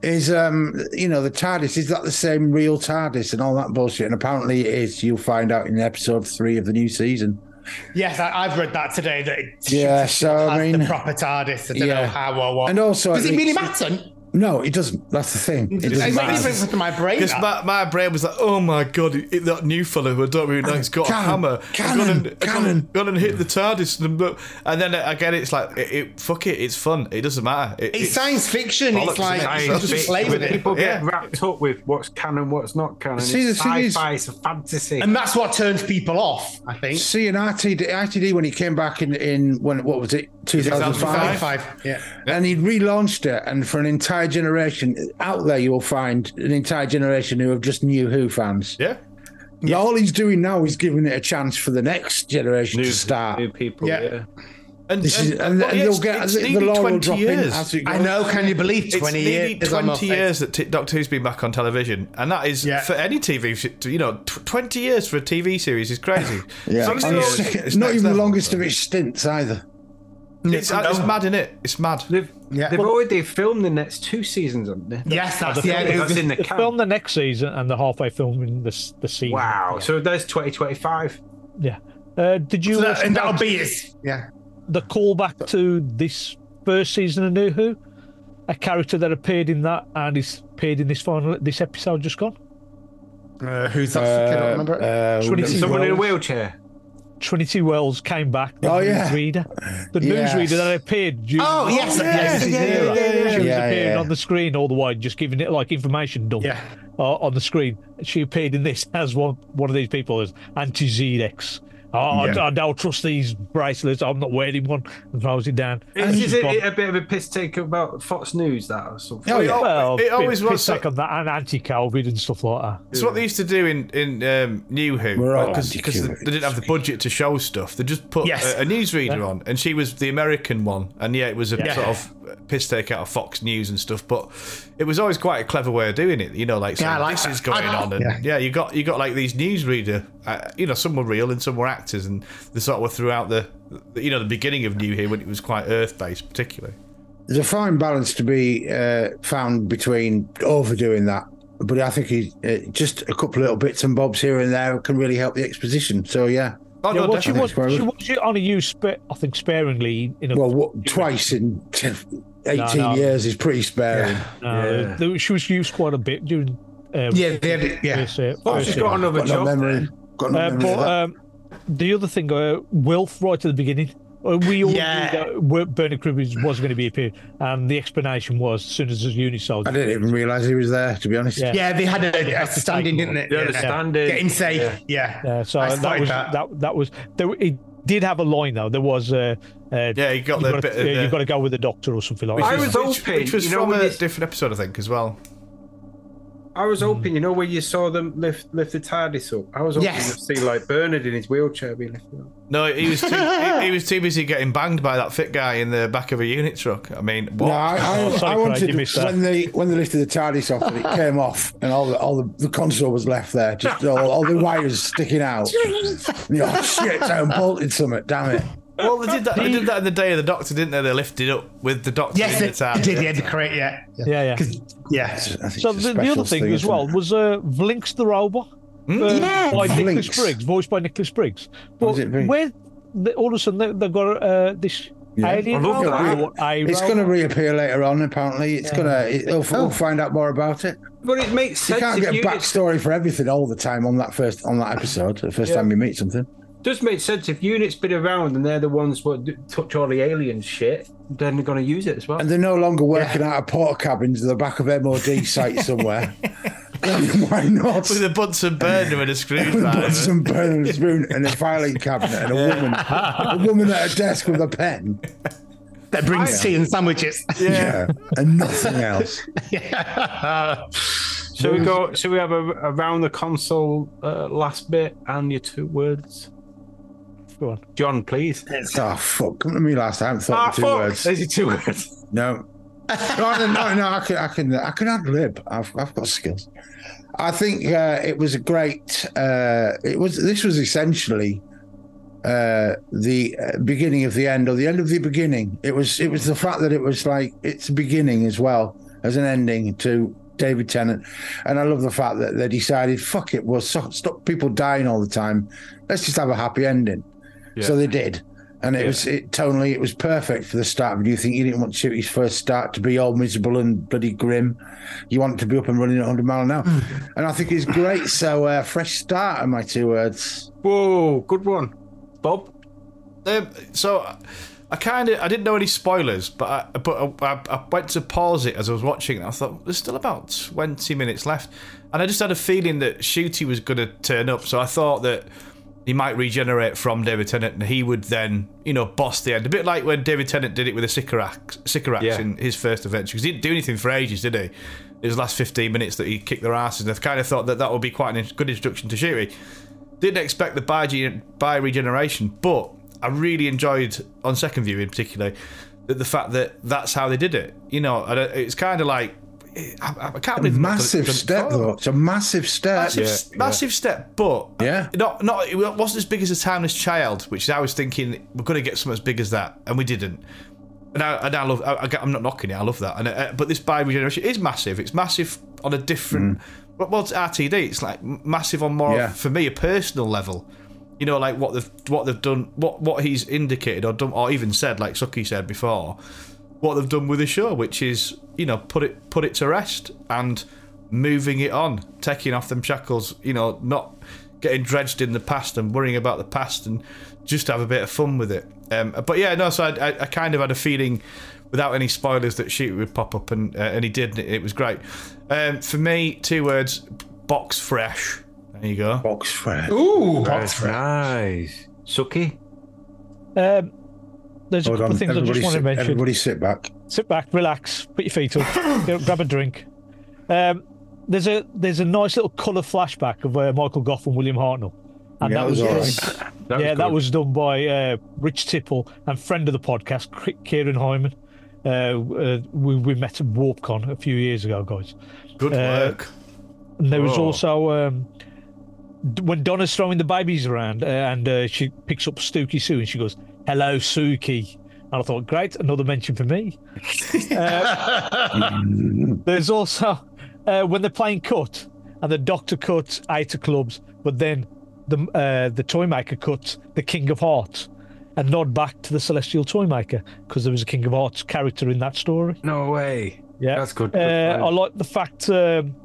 S2: Is um, you know, the TARDIS is that the same real TARDIS and all that bullshit? And apparently, it is. You'll find out in episode three of the new season.
S5: Yes, I, I've read that today. That it
S2: Yeah, so, I
S5: has the
S2: mean-
S5: proper TARDIS. I don't
S2: Yeah.
S5: know how or what.
S2: And also,
S5: does
S2: at
S5: it really
S2: least-
S5: matter?
S2: No, it doesn't. That's the thing. It doesn't
S5: It really
S2: matter.
S5: brings it to my brain.
S4: Because
S5: that.
S4: my, my brain was like, oh my god, it, that new fella who I don't really know, he's got
S2: Cannon,
S4: a hammer.
S2: cannon,
S4: gone and,
S2: cannon.
S4: Gone, gone and hit the TARDIS. And, the- and then again, it's like, it, it- fuck it, it's fun. It doesn't matter. It-
S5: it's science fiction.
S4: bollocks,
S5: It's like
S4: isn't it?
S5: you just play
S1: When
S5: with it.
S1: people get
S4: Yeah.
S1: wrapped up with what's canon, what's not canon.
S2: See,
S1: it's
S2: the thing is-
S1: sci-fi, it's a fantasy.
S5: And that's what turns people off, I think.
S2: See, and RTD, RTD when he came back in, in when what was it, 2005?
S4: 2005.
S5: Five, yeah.
S2: And he relaunched it, and for an entire generation out there, you'll find an entire generation who have just new Who fans.
S4: yeah.
S2: All he's doing now is giving it a chance for the next generation to start.
S1: new people.
S5: Yeah.
S1: Yeah.
S4: And,
S2: This is, and,
S4: well,
S2: and
S4: yeah,
S2: they'll
S4: it's-
S2: get
S4: it's
S2: the
S4: nearly
S2: laurel will
S4: 20
S2: drop in
S4: years.
S2: as it goes.
S5: I know. Can you believe
S4: It's
S5: twenty
S4: nearly
S5: years? on my
S4: 20
S5: face?
S4: years that T- Doctor Who's been back on television, and that is
S5: Yeah.
S4: for any TV. sh- You know, tw- 20 years for a TV series is crazy.
S2: Yeah.
S4: So
S2: And
S4: it's
S2: it's,
S4: always-
S2: it's
S4: it's
S2: not
S4: next
S2: even the
S4: level,
S2: longest
S4: so.
S2: of its stints either.
S4: It's, it's mad, in it? It's mad.
S1: They've,
S5: Yeah.
S1: they've already filmed the next two seasons, haven't they?
S5: Yes, that's
S1: Of
S5: the end.
S1: That's in the
S3: They
S1: can.
S3: filmed the next season and they're halfway filming this the season.
S1: Wow. So there's 2025.
S3: Yeah. Uh, did you
S5: So that-
S3: listen
S5: and
S3: to
S5: that'll be it. Yeah.
S3: the callback to this first season of New Who? A character that appeared in that and is appeared in this final this episode just gone.
S5: Uh, who's that? I cannot remember. it.
S2: Uh,
S3: Twenty-
S2: uh,
S1: Someone in a
S3: Wells.
S1: wheelchair.
S3: Trinity Wells came back. The
S2: Oh, yeah.
S3: newsreader, the
S2: Yes.
S3: newsreader that appeared. During
S5: Oh, yes,
S3: the
S5: yes,
S3: James'
S5: yeah, yeah,
S3: era.
S5: yeah, yeah,
S3: She was
S2: yeah.
S3: appearing
S2: Yeah, yeah.
S3: on the screen all the while, just giving it like information dump
S5: Yeah.
S3: uh, on the screen. She appeared in this as one one of these people as anti Zedex. Oh, I, I don't trust these bracelets. I'm not wearing one. And throws it down. And
S1: Is,
S3: she's
S1: is it
S3: gone.
S1: a bit of a piss take about Fox News that or something?
S2: Oh, yeah.
S3: Well,
S4: It always
S3: always
S4: was
S3: was
S4: so-
S3: back on that and anti-Covid and stuff like that.
S4: It's what they used to do in in um, New Who
S2: We're all
S4: because they
S2: anti-Cuban.
S4: didn't have the budget to show stuff. They just put
S5: Yes.
S4: a, a newsreader on, and she was the American one, and yeah, it was a
S5: Yeah.
S4: sort of piss take out of Fox News and stuff. But it was always quite a clever way of doing it, you know, like saying,
S5: I like
S4: this
S5: that.
S4: is going
S5: I-
S4: on, and yeah. you got you got like these newsreader, uh, you know, some were real and some were actors, and they sort of were throughout the, the you know the beginning of New Who when it was quite Earth based, particularly.
S2: there's a fine balance to be uh, found between overdoing that, but I think he, uh, just a couple of little bits and bobs here and there can really help the exposition. So yeah,
S4: Oh,
S3: Yeah,
S4: no,
S3: well, she
S4: definitely.
S3: was
S2: definitely.
S3: she was only used, spa- I think, sparingly in a
S2: well, what, twice in t- eighteen
S3: no.
S2: years is pretty sparing.
S3: Uh, th- She was used quite a bit during. Um,
S5: Yeah, they had it, yeah.
S3: this, uh,
S1: Oh,
S3: first
S1: she's got
S3: season.
S1: another
S2: Got no
S1: job.
S2: memory.
S1: then.
S2: Got no
S3: Uh,
S2: memory. of
S3: but
S2: that.
S3: um, the other thing, uh, Wilf, right at the beginning, uh, we all
S5: Yeah.
S3: knew that Wer- Bernard Cribbins was going to be appearing, and the explanation was as soon as his unit
S2: I
S3: soldier.
S2: didn't even realise he was there. To be honest,
S3: Yeah.
S5: Yeah, they had a, a standing, didn't it?
S1: They had a standing.
S5: Getting safe. Yeah.
S3: Uh, so
S5: I
S3: that
S5: spotted
S3: was
S5: that.
S3: that. that was there. It did have a line though. There was. Uh, uh,
S4: Yeah, you got
S3: you've
S4: the
S3: gotta-
S4: bit of
S3: uh,
S4: the-
S3: you've got to go with the doctor or something like
S1: I
S3: that.
S1: was
S4: which,
S1: hoping,
S4: which was
S1: you know,
S4: from
S1: with
S4: a
S1: this-
S4: different episode, I think, as well.
S1: I was
S2: Mm.
S1: hoping, you know, where you saw them lift lift the TARDIS up. I was hoping
S5: Yes.
S1: to see like Bernard in his wheelchair be lifted up.
S4: No, he was too, he, he was too busy getting banged by that fit guy in the back of a unit truck. I mean, what?
S2: No, I, I,
S3: Oh, sorry,
S2: I
S3: Craig,
S2: wanted
S3: you missed that.
S2: when they when they lifted the TARDIS off and it came off and all the all the, the console was left there, just all, all the wires sticking out. And you're, oh shit! I unbolted something. Damn it!
S4: well, they did that. They did that in the day of the doctor, didn't they? They lifted up with the doctor.
S5: Yes,
S4: in
S5: they
S4: the town.
S5: did. They had to create. Yeah.
S3: Yeah, yeah.
S5: 'Cause- Yeah.
S2: I think
S3: So
S2: it's a
S3: the, the other
S2: specials
S3: thing as
S2: isn't
S3: well
S2: it?
S3: was uh, Vlinks the robot,
S1: Hmm?
S3: uh, by Nicholas
S2: Vlinks.
S3: Briggs, voiced by Nicholas Briggs. But
S2: was it, Vlinks?
S3: where the, all of a sudden they, they've got uh, this
S2: Yeah.
S3: alien
S1: I love
S3: robot,
S1: that.
S3: or what, a
S2: It's
S3: robot.
S2: going to reappear later on. Apparently, it's going to. It, we'll,
S1: Oh.
S2: we'll find out more about it.
S1: But it makes
S2: You
S1: sense.
S2: can't
S1: if
S2: get
S1: you-
S2: backstory for everything all the time on that first on that episode. The first time you meet something.
S1: does make sense if units been around and they're the ones what d- touch all the alien shit then they're going to use it as well
S2: And they're no longer working out of porta cabins at the back of MOD site somewhere. Why not?
S4: With a Bunsen burner and a screwdriver.
S2: Bunsen and burner and spoon and a filing cabinet and a woman, a woman at a desk with a pen.
S5: That brings tea and sandwiches.
S2: Yeah, and nothing else.
S1: so we go so we have a around the console uh, last bit and your two words
S3: Go on.
S1: john please
S2: Oh fuck! Come to me last time.
S1: ah
S2: Thought two
S1: fuck
S2: words.
S1: there's your two words
S2: No. no, no, no, no, I can, I can, I can ad lib. I've, I've got skills. I think uh, it was a great. Uh, it was this was essentially uh, the uh, beginning of the end or the end of the beginning. It was it was the fact that it was like it's a beginning as well as an ending to David Tennant, and I love the fact that they decided fuck it, we'll so- stop people dying all the time. Let's just have a happy ending. So they did. And it was it tonally it was perfect for the start. But you think you didn't want Shooty's first start to be all miserable and bloody grim. You want it to be up and running at 100 mile an hour,
S3: Hmm.
S2: and I think it's great. So uh, fresh start, in my two words.
S1: Whoa, good one, Bob.
S4: Um, so I- I kind of I didn't know any spoilers, but I but I, I went to pause it as I was watching, and I thought there's still about twenty minutes left, and I just had a feeling that Shooty was going to turn up, so I thought that he might regenerate from David Tennant, and he would then you know boss the end, a bit like when David Tennant did it with a Sycorax, Sycorax
S1: Yeah.
S4: in his first adventure, because he didn't do anything for ages, did he? It was the last fifteen minutes that he kicked their asses, and I kind of thought that that would be quite a good introduction to Shooty didn't expect the bi bi regeneration, but I really enjoyed on second viewing, particularly that the fact that that's how they did it. You know, and it- it's kind of like I, I- I can't believe they've not done it-
S2: Massive
S4: done it
S2: step
S4: before.
S2: though. It's a massive step.
S4: Massive,
S1: Yeah, yeah.
S4: massive step, but
S2: Yeah.
S4: not not it wasn't as big as a timeless child, which is I was thinking we're going to get something as big as that, and we didn't. And I, and I love, I, I, am not knocking it, I love that. And uh, but this bi regeneration is massive. It's massive on a different. Well, well, it's RTD. It's like massive on more
S2: Yeah.
S4: for me a personal level. You know, like what they've what they've done, what what he's indicated or done or even said, like Suki said before, what they've done with the show, which is you know put it put it to rest and moving it on, taking off them shackles. You know, not getting dredged in the past and worrying about the past and just have a bit of fun with it. Um, but yeah, no. So I, I, I kind of had a feeling without any spoilers that shoot would pop up and uh, and he did. And it, it was great. Um, for me, two words: box fresh. There you go.
S2: Box fresh.
S5: Ooh,
S1: Nice, Suki.
S3: Um, there's a
S2: Hold
S3: couple
S2: on,
S3: of things I
S2: everybody,
S3: just want to
S2: sit,
S3: mention.
S2: everybody sit back.
S3: sit back, relax, put your feet up, go- grab a drink. Um, there's a there's a nice little colour flashback of uh, Michael Goff and William Hartnell, and
S2: Yeah,
S3: that
S2: it was
S3: was,
S2: alright.
S1: That
S3: yeah that
S1: good.
S3: was done by uh, Rich Tipple and friend of the podcast K- Kieran Hyman. Uh, uh, we we met at WarpCon a few years ago, guys.
S4: Good work.
S3: And there was
S1: Oh.
S3: also um, d- when Donna's throwing the babies around uh, and uh, she picks up Stooky Sue and she goes, "Hello, Suki." And I thought, great, another mention for me. Uh, there's also uh, when they're playing cut and the Doctor cuts out of clubs, but then the uh, the toy maker cuts the King of Hearts and nod back to the Celestial Toy Maker because there was a King of Hearts character in that story.
S1: no way.
S3: Yeah,
S1: That's good.
S3: Uh,
S1: Good plan.
S3: I like the fact. Um,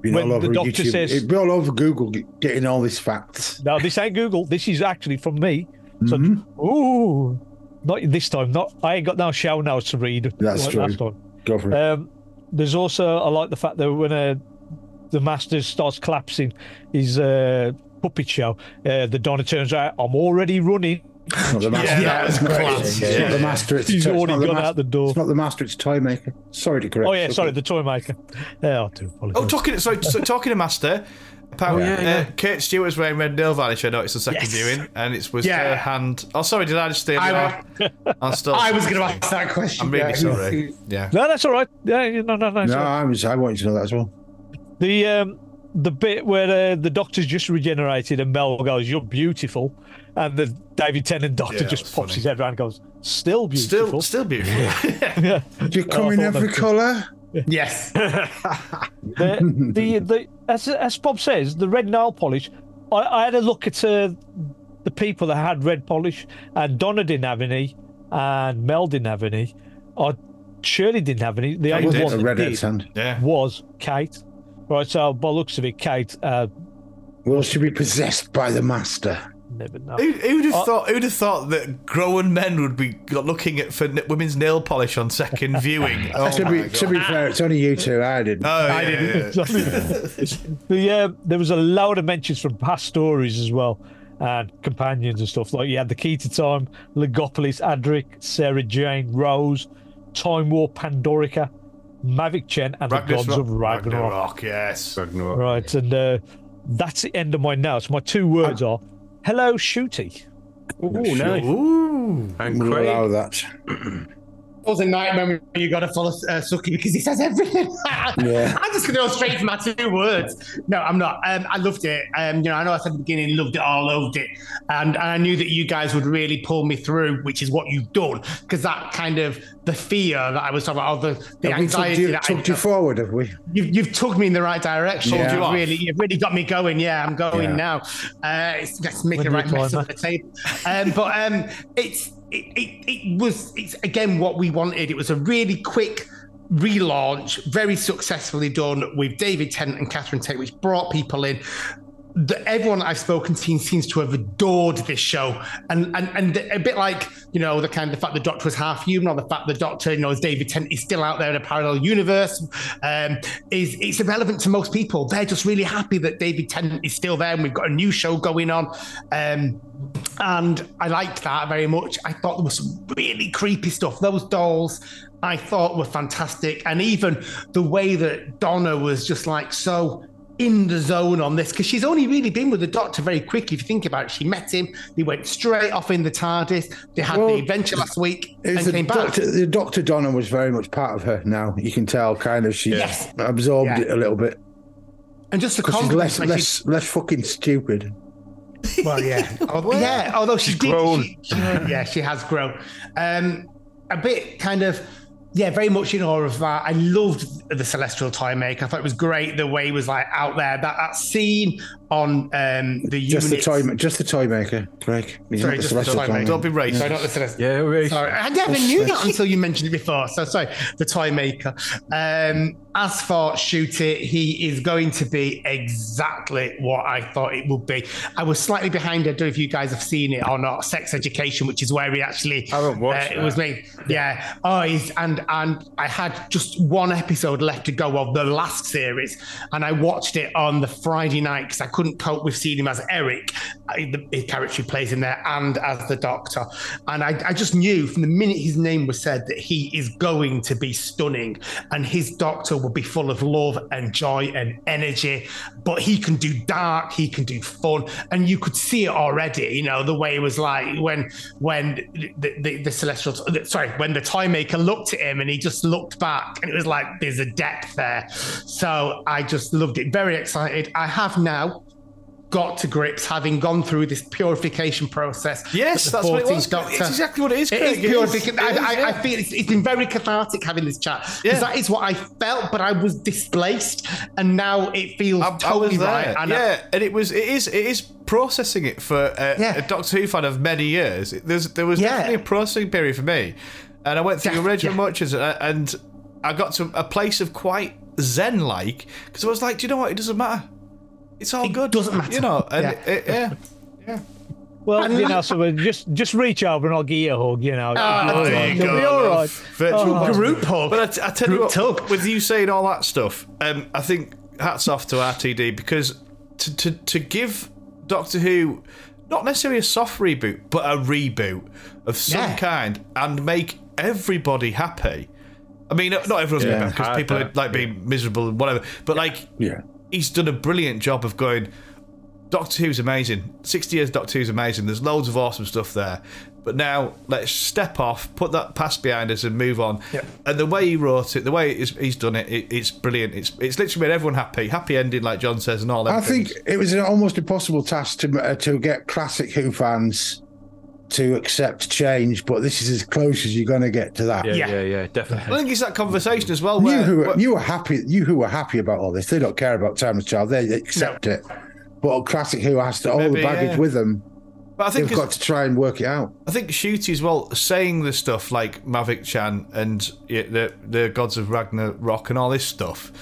S2: Been
S3: When
S2: all over
S3: the doctor
S2: YouTube.
S3: says-
S2: It'd be all over Google getting all these facts.
S3: No, this ain't Google. This is actually from me. So,
S2: Mm-hmm.
S3: ooh, not this time. Not I ain't got no show now to read.
S2: That's
S3: like
S2: true.
S3: last time.
S2: Go for it.
S3: Um, there's also I like the fact that when uh, the master starts collapsing his uh, puppet show, uh, the Donna turns out I'm already running.
S2: Not the master.
S4: that was class.
S2: It's not
S4: Yeah.
S2: the master. It's,
S3: He's
S2: it's
S3: already
S2: not the
S3: gone
S2: mas-
S3: out the door.
S2: It's not the master. It's toy maker. Sorry to correct.
S3: Oh yeah,
S2: you.
S3: sorry, the toy maker. Yeah, I do apologise.
S4: Oh, talking so, so talking to Master. Apparently,
S1: yeah, yeah.
S4: Uh, Kate Stewart's wearing red nail varnish. I noticed the second
S5: Yes.
S4: viewing, and it was
S5: Yeah.
S4: her hand. Oh, sorry, did I just steal?
S5: I-
S4: it? I'm still.
S5: I was going to ask that question.
S4: I'm really
S5: yeah.
S4: sorry. Yeah.
S3: no, that's all right. Yeah, yeah, no, no, no. it's
S2: No,
S3: all right.
S2: I was. I wanted to know that as well.
S3: The um, the bit where uh, the doctor's just regenerated and Mel goes, "You're beautiful," and the David Tennant doctor
S4: Yeah,
S3: just
S4: that's
S3: pops
S4: funny.
S3: his head around and goes, "Still beautiful."
S4: Still, still beautiful.
S3: yeah.
S2: Do you come in
S3: thought
S2: every
S3: that-
S2: colour?
S5: Yes.
S3: The, the the as as Bob says, the red nail polish. I, I had a look at uh, the people that had red polish, and Donna didn't have any, and Mel didn't have any, or Shirley didn't have any. The other
S4: did.
S3: one
S2: A
S3: that
S2: redhead's
S3: did
S2: hand.
S4: Yeah.
S3: was Kate. Right, so by the looks of it, Kate uh,
S2: Will she be possessed by the master?
S3: never know.
S4: Who, who'd have thought? Who'd have thought that grown men would be looking at for n- women's nail polish on second viewing? Oh,
S2: to be to be fair, it's only you two. I didn't.
S4: oh, yeah,
S3: I didn't.
S4: yeah.
S3: the, uh, there was a load of mentions from past stories as well, and companions and stuff. Like you had the key to time, Legopolis, Adric, Sarah Jane, Rose, Time War, Pandorica, Mavic Chen, and the Gods of Ragnarok.
S4: Ragnarok. Yes.
S1: Ragnarok.
S3: Right, and uh, that's the end of my now. So my two words
S5: Ah.
S3: are, "Hello, Shooty."
S1: Ooh, nice.
S4: Ooh.
S1: And
S2: We'll
S1: Craig.
S2: allow that.
S5: was a nightmare when you got to follow uh, Suki because he says everything.
S2: Yeah.
S5: I'm just going to go straight to my two words. No, I'm not. Um, I loved it. Um, you know, I know I said at the beginning, loved it all, loved it. And, and I knew that you guys would really pull me through, which is what you've done. Because that kind of the fear that I was talking about, or the, the
S2: Have we tugged
S5: anxiety
S2: you,
S5: that I
S2: tugged you forward, have we?
S5: you've, you've tugged me in the right direction.
S2: Pulled you
S5: You've
S4: off.
S5: really, you've really got me going. Yeah, I'm going
S2: Yeah.
S5: now. Uh, it's that's making
S3: When
S5: a right
S3: do you
S5: mess
S3: climb
S5: up the table. Um, but um, it's it, it, it was it's again what we wanted. It was a really quick relaunch, very successfully done with David Tennant and Catherine Tate, which brought people in the, everyone I've spoken to seems to have adored this show, and and and a bit like you know the kind of fact the Doctor was half human, or the fact the Doctor you know is David Tennant is still out there in a parallel universe, um, is it's irrelevant to most people. They're just really happy that David Tennant is still there, and we've got a new show going on. Um, and I liked that very much. I thought there was some really creepy stuff. Those dolls, I thought were fantastic, and even the way that Donna was just like so in the zone on this because she's only really been with the doctor very quickly. If you think about it, she met him, they went straight off in the TARDIS, they had
S2: Well,
S5: the adventure last week,
S2: It
S5: and
S2: was the
S5: came back.
S2: doctor, the doctor Donna was very much part of her now. You can tell, kind of, she
S5: Yes.
S2: absorbed
S5: Yeah.
S2: it a little bit
S5: And just the
S2: because she's less,
S5: confidence. when she-
S2: less, less fucking stupid.
S5: Well, Oh, yeah, Al- yeah. Although she did,
S1: grown.
S5: She, she- yeah, she has grown. Um, a bit kind of, yeah, very much in awe of that. I loved the Celestial Time Maker. I thought it was great the way he was like out there. That that scene on um, the
S2: Just
S5: units-
S2: the toy, just the toy maker, Craig. He's
S5: Sorry,
S2: not
S5: just the
S2: celestial
S5: toy maker.
S4: Don't be racist.
S5: Sorry, not the Celestial.
S1: Yeah, we-
S5: Sorry, I never knew that until you mentioned it before. So sorry, the toy maker. Um, as for shoot it, he is going to be exactly what I thought it would be. I was slightly behind. I don't know if you guys have seen it or not. Sex Education, which is where he actually. uh,
S1: I haven't watched
S5: It was me. Yeah. Oh, he's, and and I had just one episode left to go of the last series, and I watched it on the Friday night because I couldn't cope with seeing him as Eric, uh, the the character he plays in there, and as the Doctor. And I, I just knew from the minute his name was said that he is going to be stunning, and his Doctor will be full of love and joy and energy. But he can do dark, he can do fun, and you could see it already. You know the way it was like when when the, the, the celestial sorry when the toy maker looked at him and he just looked back and it was like there's a depth there so i just loved it very excited i have now got to grips having gone through this purification process
S4: Yes,
S5: that the
S4: that's what it
S5: 14th
S4: was.
S5: Doctor-
S4: It's exactly what it is,
S5: It
S4: Craig.
S5: is
S4: It is.
S5: purification.
S4: It is,
S5: I, I, I
S4: yeah.
S5: feel it's, it's been very cathartic having this chat because
S4: Yeah.
S5: that is what I felt, but I was displaced, and now it feels
S4: I, I was
S5: totally
S4: there.
S5: right. And I-
S4: yeah, and it was it is it is processing it for a,
S5: Yeah.
S4: a Doctor Who fan of many years. There's there was
S5: Yeah.
S4: definitely a processing period for me, and I went through
S5: Def-
S4: a range of
S5: yeah.
S4: emotions, and I, and I got to a place of quite zen like because I was like, do you know what? It doesn't matter. It's all
S5: It
S4: good.
S5: doesn't matter.
S4: You know, and
S5: Yeah.
S4: It, yeah.
S3: Well,
S5: And-
S3: you know, so we'll just just reach over and I'll give you a hug. You know,
S5: Ah,
S3: You'll
S5: there
S3: be all
S5: you
S3: right. You'll be
S4: go,
S3: all
S4: love.
S3: right.
S4: Virtual
S3: Oh.
S5: group hug.
S4: But I, I tell you
S5: Group
S4: what,
S5: tug.
S4: with you saying all that stuff, um, I think hats off to RTD because to, to to give Doctor Who not necessarily a soft reboot, but a reboot of some
S5: Yeah.
S4: kind and make everybody happy. I mean, not everyone's
S2: Yeah.
S4: gonna be because
S1: Hard
S4: people are
S1: that.
S4: like being miserable and whatever. But like,
S2: Yeah.
S4: he's done a brilliant job of going. Doctor Who's amazing. 60 years Doctor Who's amazing. There's loads of awesome stuff there. But now let's step off, put that past behind us, and move on. And the way he wrote it, the way he's, he's done it, it, it's brilliant. It's it's literally made everyone happy. Happy ending, like John says, and all that.
S2: I think it was an almost impossible task to uh, to get classic Who fans to accept change, but this is as close as you're going to get to that.
S1: yeah,
S5: Yeah.
S1: yeah, yeah,
S4: I
S1: definitely.
S4: think it's that conversation as well.
S2: You
S4: Where,
S2: who
S4: where-
S2: were, you were happy, you who were happy about all this. They don't care about Timeless Child. They accept it. But classic Who has to all
S4: Maybe,
S2: the baggage
S4: yeah.
S2: with them.
S4: but I think
S2: They've
S4: it's-
S2: got to try and work it out.
S4: I think Shooty as well, saying the stuff like Mavic Chan and yeah, the the gods of Ragnarok and all this stuff.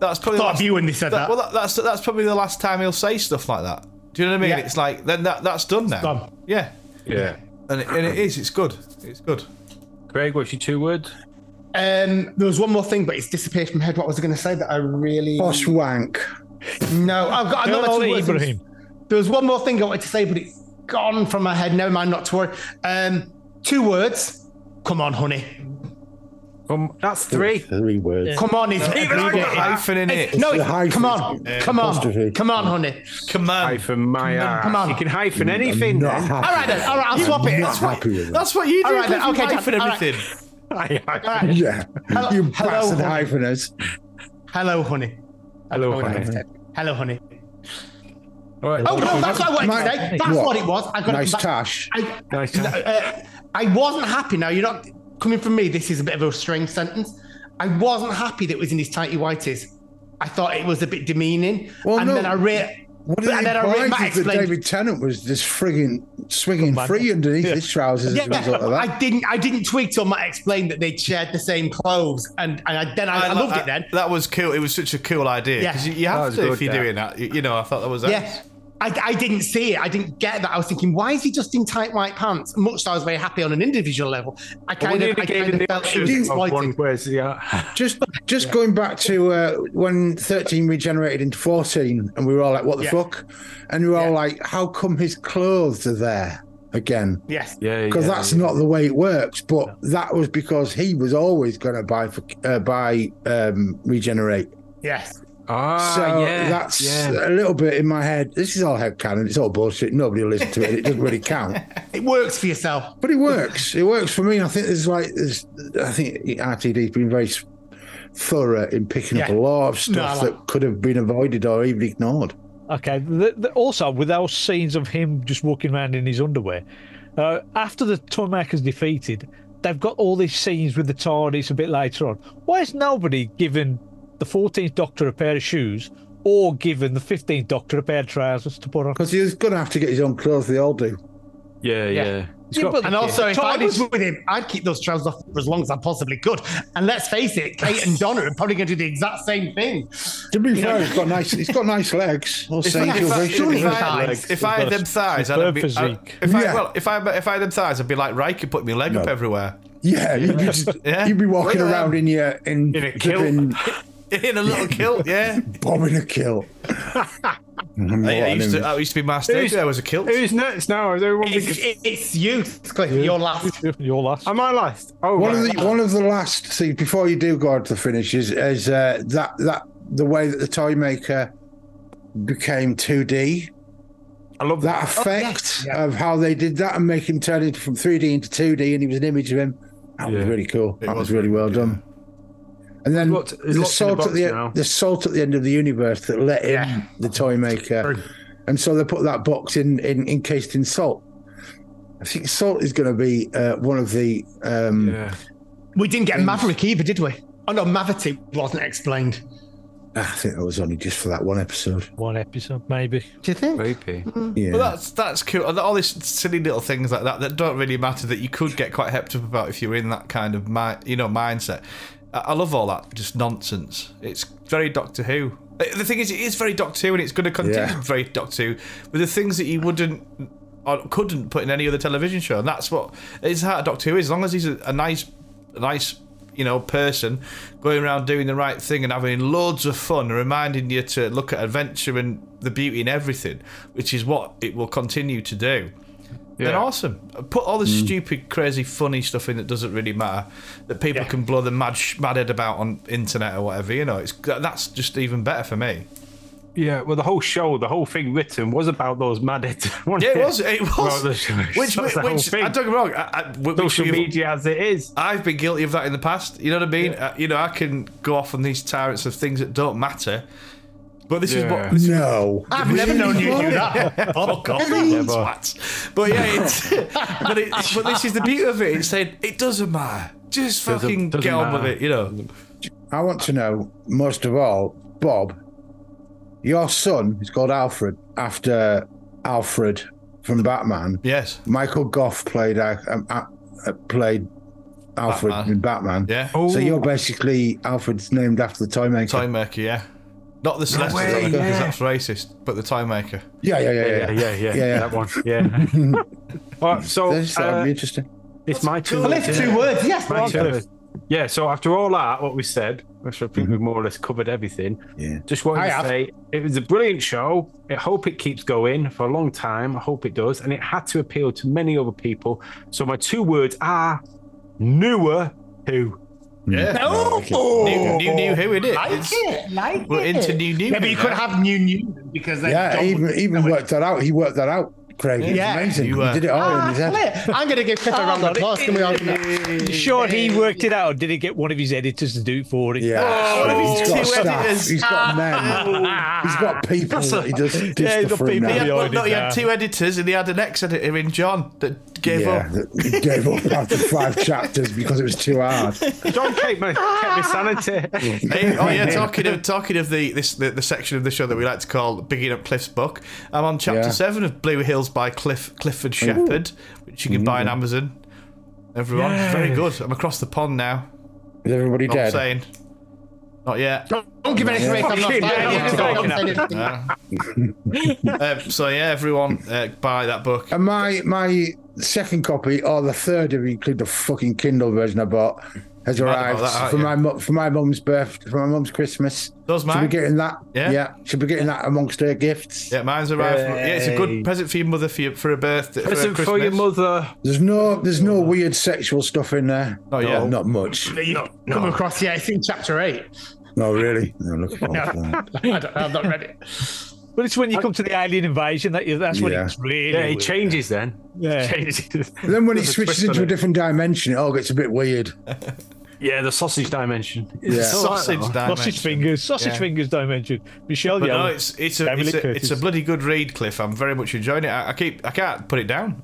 S4: That's probably
S5: Thought
S4: the
S5: of you when they said that.
S4: Well, that, that's that's probably the last time he'll say stuff like that. Do you know what I mean?
S5: Yeah.
S4: It's like then that that's done now.
S5: done.
S4: Yeah,
S1: Yeah.
S4: and it, and it is. It's good. It's good.
S1: Craig, what's your two words?
S5: Um, there was one more thing, but it's disappeared from my head. What was I going to say that I really
S2: Boss wank.
S5: no? I've got another
S3: Colonel
S5: two words.
S3: Ibrahim.
S5: There was one more thing I wanted to say, but it's gone from my head. Never mind, not to worry. Um, two words. Come on, honey.
S1: Um, that's three.
S2: Three words.
S5: Come on, is
S1: Even I got
S4: hyphen in it.
S5: No,
S2: the
S5: it's-
S2: hyphen.
S5: come on, come on,
S2: apostrophe.
S5: come on, honey.
S4: Come on.
S1: Hyphen my ass.
S5: come on.
S1: You can hyphen anything.
S2: Not
S1: then.
S2: happy.
S5: All right, then. All right, I'll swap it.
S2: Not
S5: That's right.
S2: happy with that.
S4: That's what you do.
S5: All right,
S4: Cliff,
S5: then.
S4: you
S5: Okay,
S4: hyphen
S5: done. All right.
S4: everything.
S1: I, I,
S5: Alright.
S2: Yeah.
S5: Hello-
S2: you
S5: hello,
S2: bastard
S5: honey.
S2: hypheners.
S5: Hello, honey.
S1: hello,
S5: Hold on,
S1: honey.
S5: Ted. Hello, honey.
S1: All right.
S5: Oh no, that's what I wanted
S2: Mike,
S5: to say. That's
S2: what?
S5: what, it was. I got
S2: Nice
S5: it.
S2: tash.
S5: I,
S1: Nice
S5: no,
S1: tash.
S5: uh, I wasn't happy. Now you're not coming from me. This is a bit of a strange sentence. I wasn't happy that it was in his tighty whities. I thought it was a bit demeaning.
S2: Well,
S5: and
S2: no.
S5: then I re-
S2: What did
S5: and
S2: it
S5: then I re-
S2: imply
S5: Matt
S2: is that
S5: explained.
S2: David Tennant was just frigging swinging free underneath his trousers
S5: yeah,
S2: as a result of that?
S5: I didn't. I didn't tweak till Matt explained that they'd shared the same clothes, and, and I, then I, I loved it. Then
S4: That was cool. It was such a cool idea.
S5: Yeah.
S4: 'Cause you, you
S1: That
S4: have
S1: was
S4: to if
S1: good,
S4: you're
S1: yeah.
S4: doing that. You, you know, I thought that was
S5: Yeah.
S4: nice.
S5: I, I didn't see it. I didn't get that. I was thinking, why is he just in tight white pants? Much as I was very happy on an individual level, I
S1: But
S5: kind
S1: we
S5: of, I
S1: nearly gave
S5: kind
S1: him
S5: of
S1: the
S5: felt it
S1: option
S5: was
S1: of one
S5: exploited.
S1: quiz. Yeah.
S2: Just, just going back to uh, when thirteen regenerated into fourteen, and we were all like, "What the
S5: Yeah.
S2: fuck?" And we were all
S5: Yeah.
S2: like, "How come his clothes are there again?"
S5: Yes.
S1: Yeah.
S2: Because
S1: yeah,
S2: that's
S1: yeah.
S2: not the way it works. But that was because he was always going to buy for, uh, buy um, regenerate.
S5: Yes.
S1: Ah,
S2: So
S1: yeah,
S2: that's uh,
S1: yeah.
S2: a little bit in my head. This is all head canon. It's all bullshit. Nobody will listen to it. It doesn't really count.
S5: It works for yourself.
S2: But it works. It works for me. I think there's like there's, I think RTD's been very s- thorough in picking up a
S5: Yeah.
S2: lot of stuff
S5: No, I like-
S2: that could have been avoided or even ignored.
S3: Okay. The, the, also, without scenes of him just walking around in his underwear, uh, after the Toymaker's defeated, they've got all these scenes with the TARDIS a bit later on. Why is nobody given the 14th Doctor a pair of shoes or given the 15th Doctor a pair of trousers to put on?
S2: Because he's going to have to get his own clothes. They all do.
S1: yeah, yeah,
S3: Yeah,
S1: It's got-
S3: but-
S5: And also, if I was
S3: Tigers-
S5: with him, I'd keep those trousers off for as long as I possibly could. And let's face it, Kate and Donna are probably going to do the exact same thing.
S2: To be fair, he's got nice. He's got nice legs. I'll say he's
S5: I-
S2: very
S5: if I-
S2: strong.
S5: if I-
S1: legs.
S4: If I had them thighs, I'd
S3: superb
S4: be.
S3: physique.
S4: I, if I
S2: Yeah.
S4: well, if I if I had them thighs, I'd be like Riker, put my leg up
S2: No.
S4: everywhere
S2: Yeah, you'd be, just,
S4: Yeah.
S2: you'd be walking
S4: Look at
S2: around
S4: them.
S2: in your in,
S1: In a kilt.
S2: flipping
S4: in a little kilt. Yeah,
S2: bobbing a kill.
S4: I, I used to. That used to be my stage. There was a kilt.
S1: Who's next now? Is everyone?
S5: It's, it's you, Cliff. You're last.
S3: Your last.
S1: Am I last? Oh,
S2: One
S1: right.
S2: of the one of the last things before you do go on to the finish is, is uh, that that the way that the toy maker became two D.
S1: I love
S2: That
S1: that.
S2: effect
S5: yeah.
S2: of how they did that and make him turn it from three D into two D, and he was an image of him. That was
S1: Yeah.
S2: really cool. that was,
S4: was
S2: really well done. And then
S1: Lots- there's lots in
S2: the
S1: the
S2: salt at
S1: box
S2: the e,
S1: now.
S2: the salt at the end of the universe that let in the toy maker, and so they put that box in, in encased in salt. I think salt is going to be uh, one of the um,
S1: Yeah.
S5: We didn't get Maverick either, did we? Oh no, Maverick wasn't explained.
S2: I think that was only just for that one episode.
S3: One episode, maybe.
S5: Do you think?
S1: Creepy.
S2: Yeah.
S4: Well, that's that's cool. And All these silly little things like that that don't really matter that you could get quite hepped up about if you're in that kind of mind, you know, mindset. I, I love all that just nonsense. It's very Doctor Who. Uh, The thing is, it is very Doctor Who, and it's going to continue
S2: Yeah.
S4: to be very Doctor Who. With the things that you wouldn't or couldn't put in any other television show, and that's what it's how Doctor Who is. As long as he's a, a nice, a nice. You know, person going around doing the right thing and having loads of fun, and reminding you to look at adventure and the beauty in everything, which is what it will continue to do. Then
S1: Yeah.
S4: awesome. Put all the stupid, crazy, funny stuff in that doesn't really matter that people
S5: Yeah.
S4: can blow their mad, sh- mad head about on internet or whatever. You know, it's that's just even better for me.
S1: Yeah. Well, the whole show, the whole thing written was about those mad it.
S4: Yeah, it was. It was.
S1: Well, that's-
S4: which,
S1: that's
S4: which,
S1: the whole
S4: which
S1: thing.
S4: I don't get me wrong. I, I, which
S1: Social
S4: we've-
S1: media as it is.
S4: I've been guilty of that in the past. You know what I mean? Uh, you know, I can go off on these tyrants of things that don't matter. But this is
S1: Yeah.
S4: what this is
S2: no.
S5: I've never known you do that.
S4: Oh god, Twats. But yeah, it's, but it, but this is the beauty of it. It's saying it doesn't matter. Just
S1: Doesn't-
S4: fucking
S1: doesn't
S4: get on
S1: matter.
S4: with it. You know.
S2: I want to know, most of all, Bob, your son is called Alfred after Alfred from Batman.
S4: Yes.
S2: Michael Goff played uh, um, uh, uh, played Alfred
S4: Batman.
S2: in Batman.
S4: Yeah.
S1: Oh,
S2: So you're basically Alfred's named after the toy maker.
S4: Time maker. Yeah. Not the Celestial
S1: way,
S4: because
S1: yeah.
S4: that's racist, but the time maker.
S2: Yeah, yeah, yeah,
S1: yeah,
S2: yeah.
S1: yeah, yeah,
S2: yeah.
S1: That one. Yeah. All right. So
S2: This- that'd
S1: uh,
S2: be interesting.
S1: it's my turn.
S5: I left two words. Yes,
S1: My
S5: right.
S1: turn. Yeah. So after all that, what we said, which I think we more or less covered everything.
S2: Yeah.
S1: Just wanted
S5: I
S1: to
S5: have.
S1: say it was a brilliant show. I hope it keeps going for a long time. I hope it does. And it had to appeal to many other people. So my two words are newer who.
S4: Yeah.
S5: Oh,
S4: New, new, new who it is.
S5: like it, like
S4: We're
S5: it.
S4: into new, new.
S5: Yeah, but you
S4: now.
S5: could have new new because then
S2: Yeah,
S5: John
S2: even
S5: would-
S2: even worked that out. He worked that out. Craig. It was
S5: Yeah.
S2: amazing.
S4: You,
S2: You,
S4: uh,
S2: did it all in
S5: Ah,
S2: his head.
S5: flip. I'm going to give Cliff a
S1: Ah.
S5: round of applause. Can we all do that?
S3: Sure, he worked it out. Or did he get one of his editors to do it for him?
S2: Yeah,
S4: Oh,
S2: sure.
S4: one of his
S2: he's got
S4: two
S2: staff.
S4: editors.
S2: He's got men. he's got people that he does dish
S3: Yeah, he's
S2: the
S3: got
S2: fruit
S3: people.
S4: He had,
S2: now.
S3: Yeah.
S4: well, no, he had
S3: Yeah.
S4: two editors, and he had an ex-editor in John that gave
S2: Yeah,
S4: up.
S2: that- he gave up after five chapters because it was too hard.
S1: John kept my, kept my sanity.
S4: Hey, oh yeah, talking of talking of the this the, the section of the show that we like to call "Bigging Up Cliff's Book." I'm on chapter
S2: Yeah.
S4: seven of Blue Hills by Cliff Clifford Shepherd, which you can buy on
S2: Mm-hmm.
S4: Amazon. Everyone, it's very good. I'm across the pond now.
S2: Is everybody
S4: Not
S2: dead?
S4: saying, not yet.
S5: Don't give anything away. I'm not
S1: Fucking
S5: signing
S1: hell.
S5: it. Don't say anything.
S4: Um, so yeah, everyone uh, buy that book.
S2: And my my second copy, or the third, if you include the fucking Kindle version I bought, has
S4: about
S2: arrived
S4: that, aren't
S2: for
S4: you?
S2: my mu- for my mum's birthday, for my mum's Christmas.
S4: Does
S2: Should be
S4: mine?
S2: getting that.
S4: Yeah.
S2: Should be getting that amongst her gifts.
S4: Yeah, mine's arrived. Yeah, it's a
S1: Yay.
S4: good present for your mother for your, for her birthday. for her
S1: Listen for
S4: Christmas.
S1: your mother.
S2: There's no there's no weird sexual stuff in there.
S4: Oh, yeah.
S2: No, not much.
S5: But you Come across, yeah, it's in chapter eight.
S2: No, really. No, look forward to that.
S5: I don't know, I've not read it.
S3: But it's when you come to the alien invasion that you, that's when
S2: Yeah.
S3: it's really.
S1: Yeah, he
S3: weird.
S1: changes then.
S3: Yeah.
S1: Changes.
S2: Then when it
S1: There's a
S2: switches
S1: twist on
S2: into a
S1: it.
S2: different dimension, it all gets a bit weird.
S1: Yeah, the sausage dimension.
S2: Yeah.
S1: It's all right,
S4: sausage
S1: though.
S4: dimension.
S3: Sausage fingers, sausage
S4: Yeah.
S3: fingers dimension. Michelle
S4: But no,
S3: Yeoh,
S4: it's it's a,
S3: Jamie
S4: it's,
S3: Lee
S4: a, it's a
S3: Curtis.
S4: bloody good read, Cliff. I'm very much enjoying it. I, I keep I can't put it down.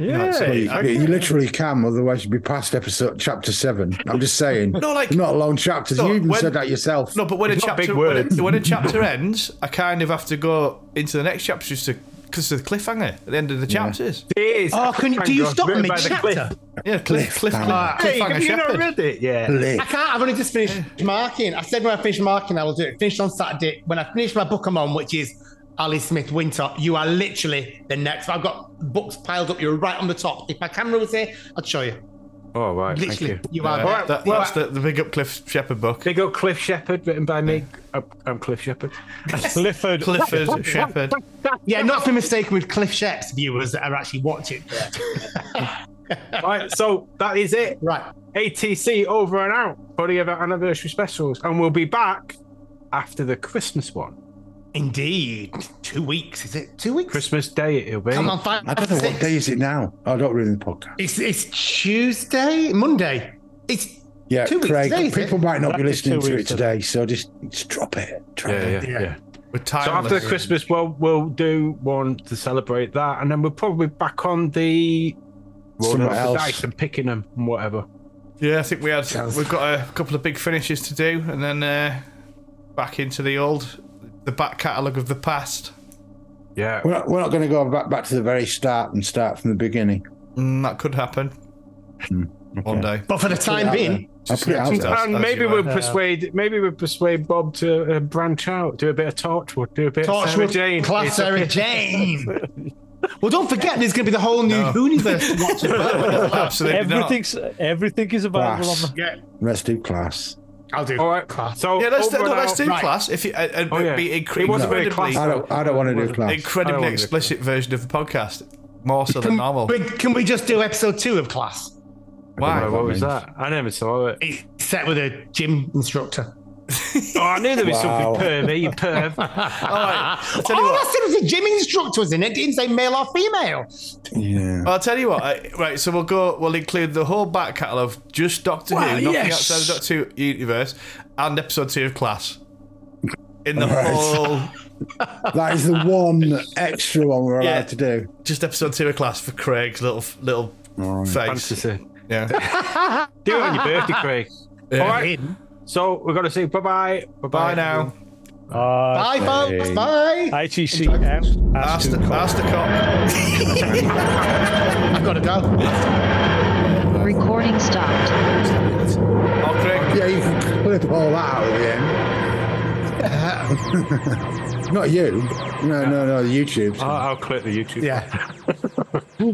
S1: Yeah.
S4: it.
S2: You,
S4: Okay.
S2: you literally can, otherwise you'd be past episode chapter seven. I'm just saying.
S4: No, like-
S2: They're not long chapters.
S4: No,
S2: you even
S4: when-
S2: said that yourself.
S4: No, but when
S1: It's
S4: a
S1: not
S4: chapter
S1: big
S4: when a,
S1: words.
S4: when a chapter ends, I kind of have to go into the next chapter just to because of the cliffhanger at the end of the chapters.
S1: It is.
S5: Oh, can you, do you
S1: Thank God,
S5: stop
S1: written
S5: mid
S1: by the cliff.
S5: chapter?
S4: Yeah, cliff, cliff, cliff,
S2: Cliffhanger.
S1: Hey,
S4: cliffhanger
S1: have you not
S4: shepherd.
S1: read it? Yeah.
S5: I can't. I've only just finished marking. I said when I finish marking, I will do it. Finished on Saturday. When I finish my book I'm on, which is Ali Smith Wintop, you are literally the next. I've got books piled up. You're right on the top. If my camera was here, I'd show you.
S1: Oh, right. Thank
S5: Literally,
S1: you.
S5: you. are.
S4: Uh,
S5: there.
S4: that,
S5: You
S4: that's
S5: are-
S4: the, the big up Cliff Shepherd book.
S1: Big old Cliff Shepherd, written by me. I'm, I'm Cliff Shepherd.
S3: Clifford.
S4: Clifford Shepherd.
S5: yeah, not to be mistaken with Cliff Shepp's viewers that are actually watching.
S1: right, so that is it.
S5: Right.
S1: ATC over and out for the other anniversary specials, and we'll be back after the Christmas one.
S5: Indeed. Two weeks, is it? Two weeks?
S1: Christmas Day it'll be.
S5: Come on, five.
S2: I don't know
S5: six.
S2: what day is it now. I don't read the podcast.
S5: It's, it's Tuesday, Monday. It's
S2: Yeah,
S5: Two weeks
S2: Craig.
S5: today, is
S2: people
S5: it?
S2: might not be
S3: That is
S2: listening
S3: two
S2: to it
S3: weeks
S2: today, so just, just drop it. Drop
S1: Yeah,
S2: it.
S1: yeah, yeah.
S5: Yeah.
S4: We're
S1: So after
S4: timeless.
S1: Christmas, we'll we'll do one to celebrate that, and then we'll probably back on the rolling
S2: Somewhere
S1: up the
S2: else.
S1: dice and picking them and whatever.
S4: yeah, I think we had we've got a couple of big finishes to do, and then uh, back into the old the back catalogue of the past.
S1: Yeah,
S2: We're not, we're not going to go back, back to the very start and start from the beginning.
S4: Mm, that could happen one day.
S5: But for the time being,
S2: I'll put it out
S4: Just-
S2: there.
S4: As-
S1: and
S4: as
S1: maybe
S4: you
S1: we'll
S4: were.
S1: persuade maybe we'll persuade Bob to uh, branch out, do a bit of Torchwood, do a bit of Sarah
S5: Torchwood
S1: Jane.
S5: Class
S1: It's a-
S5: Sarah Jane. well, don't forget, there's going to be the whole new universe to watch as well.
S4: Absolutely not.
S3: Everything's everything is available
S2: Class.
S3: on the
S5: Yeah,
S2: Let's do class.
S5: I'll do.
S1: All right,
S5: Class.
S1: so
S4: Yeah, let's,
S1: over
S4: no,
S1: and
S4: let's
S1: out.
S4: do
S5: Right.
S4: class. If you, uh, uh,
S1: Oh, yeah.
S4: be incre-
S1: It wasn't very
S4: incredibly,
S2: I
S1: class.
S2: don't. I don't want to do class.
S1: I don't
S4: incredibly
S1: wanna do
S4: explicit version of the podcast, more so than
S5: Can,
S4: normal.
S5: we, Um, can we just do episode two of Class?
S4: Why?
S1: Oh, what was
S2: means.
S1: that? I never saw it.
S5: It's set with a gym instructor.
S1: Oh, I knew there was
S2: Wow.
S1: something pervy, you perv.
S4: All right, I'll tell you
S5: All
S4: what.
S5: I said was a gym instructor was in it. Didn't say male or female.
S2: Yeah.
S4: I'll tell you what. I, right, so we'll go. We'll include the whole back catalogue, of just Doctor Who, nothing
S2: yes.
S4: outside the Doctor Who universe, and episode two of Class. In the
S2: Right.
S4: whole,
S2: That is the one extra one we're allowed
S4: Yeah.
S2: to do.
S4: just episode two of Class for Craig's little little face.
S1: Fantasy.
S4: Yeah.
S1: Do it on your birthday, Craig.
S4: Yeah.
S1: All right. So we're gonna say bye bye.
S4: Bye now.
S5: Bye,
S3: uh,
S5: folks. Bye.
S3: ITC out.
S4: Ask the, ask the cop.
S5: I've got to go.
S6: Recording stopped.
S4: Oh, Craig.
S2: Yeah, you can clip all that out of the end. Not you. No, no, no. YouTube.
S1: I'll, I'll click the YouTube.
S5: Yeah.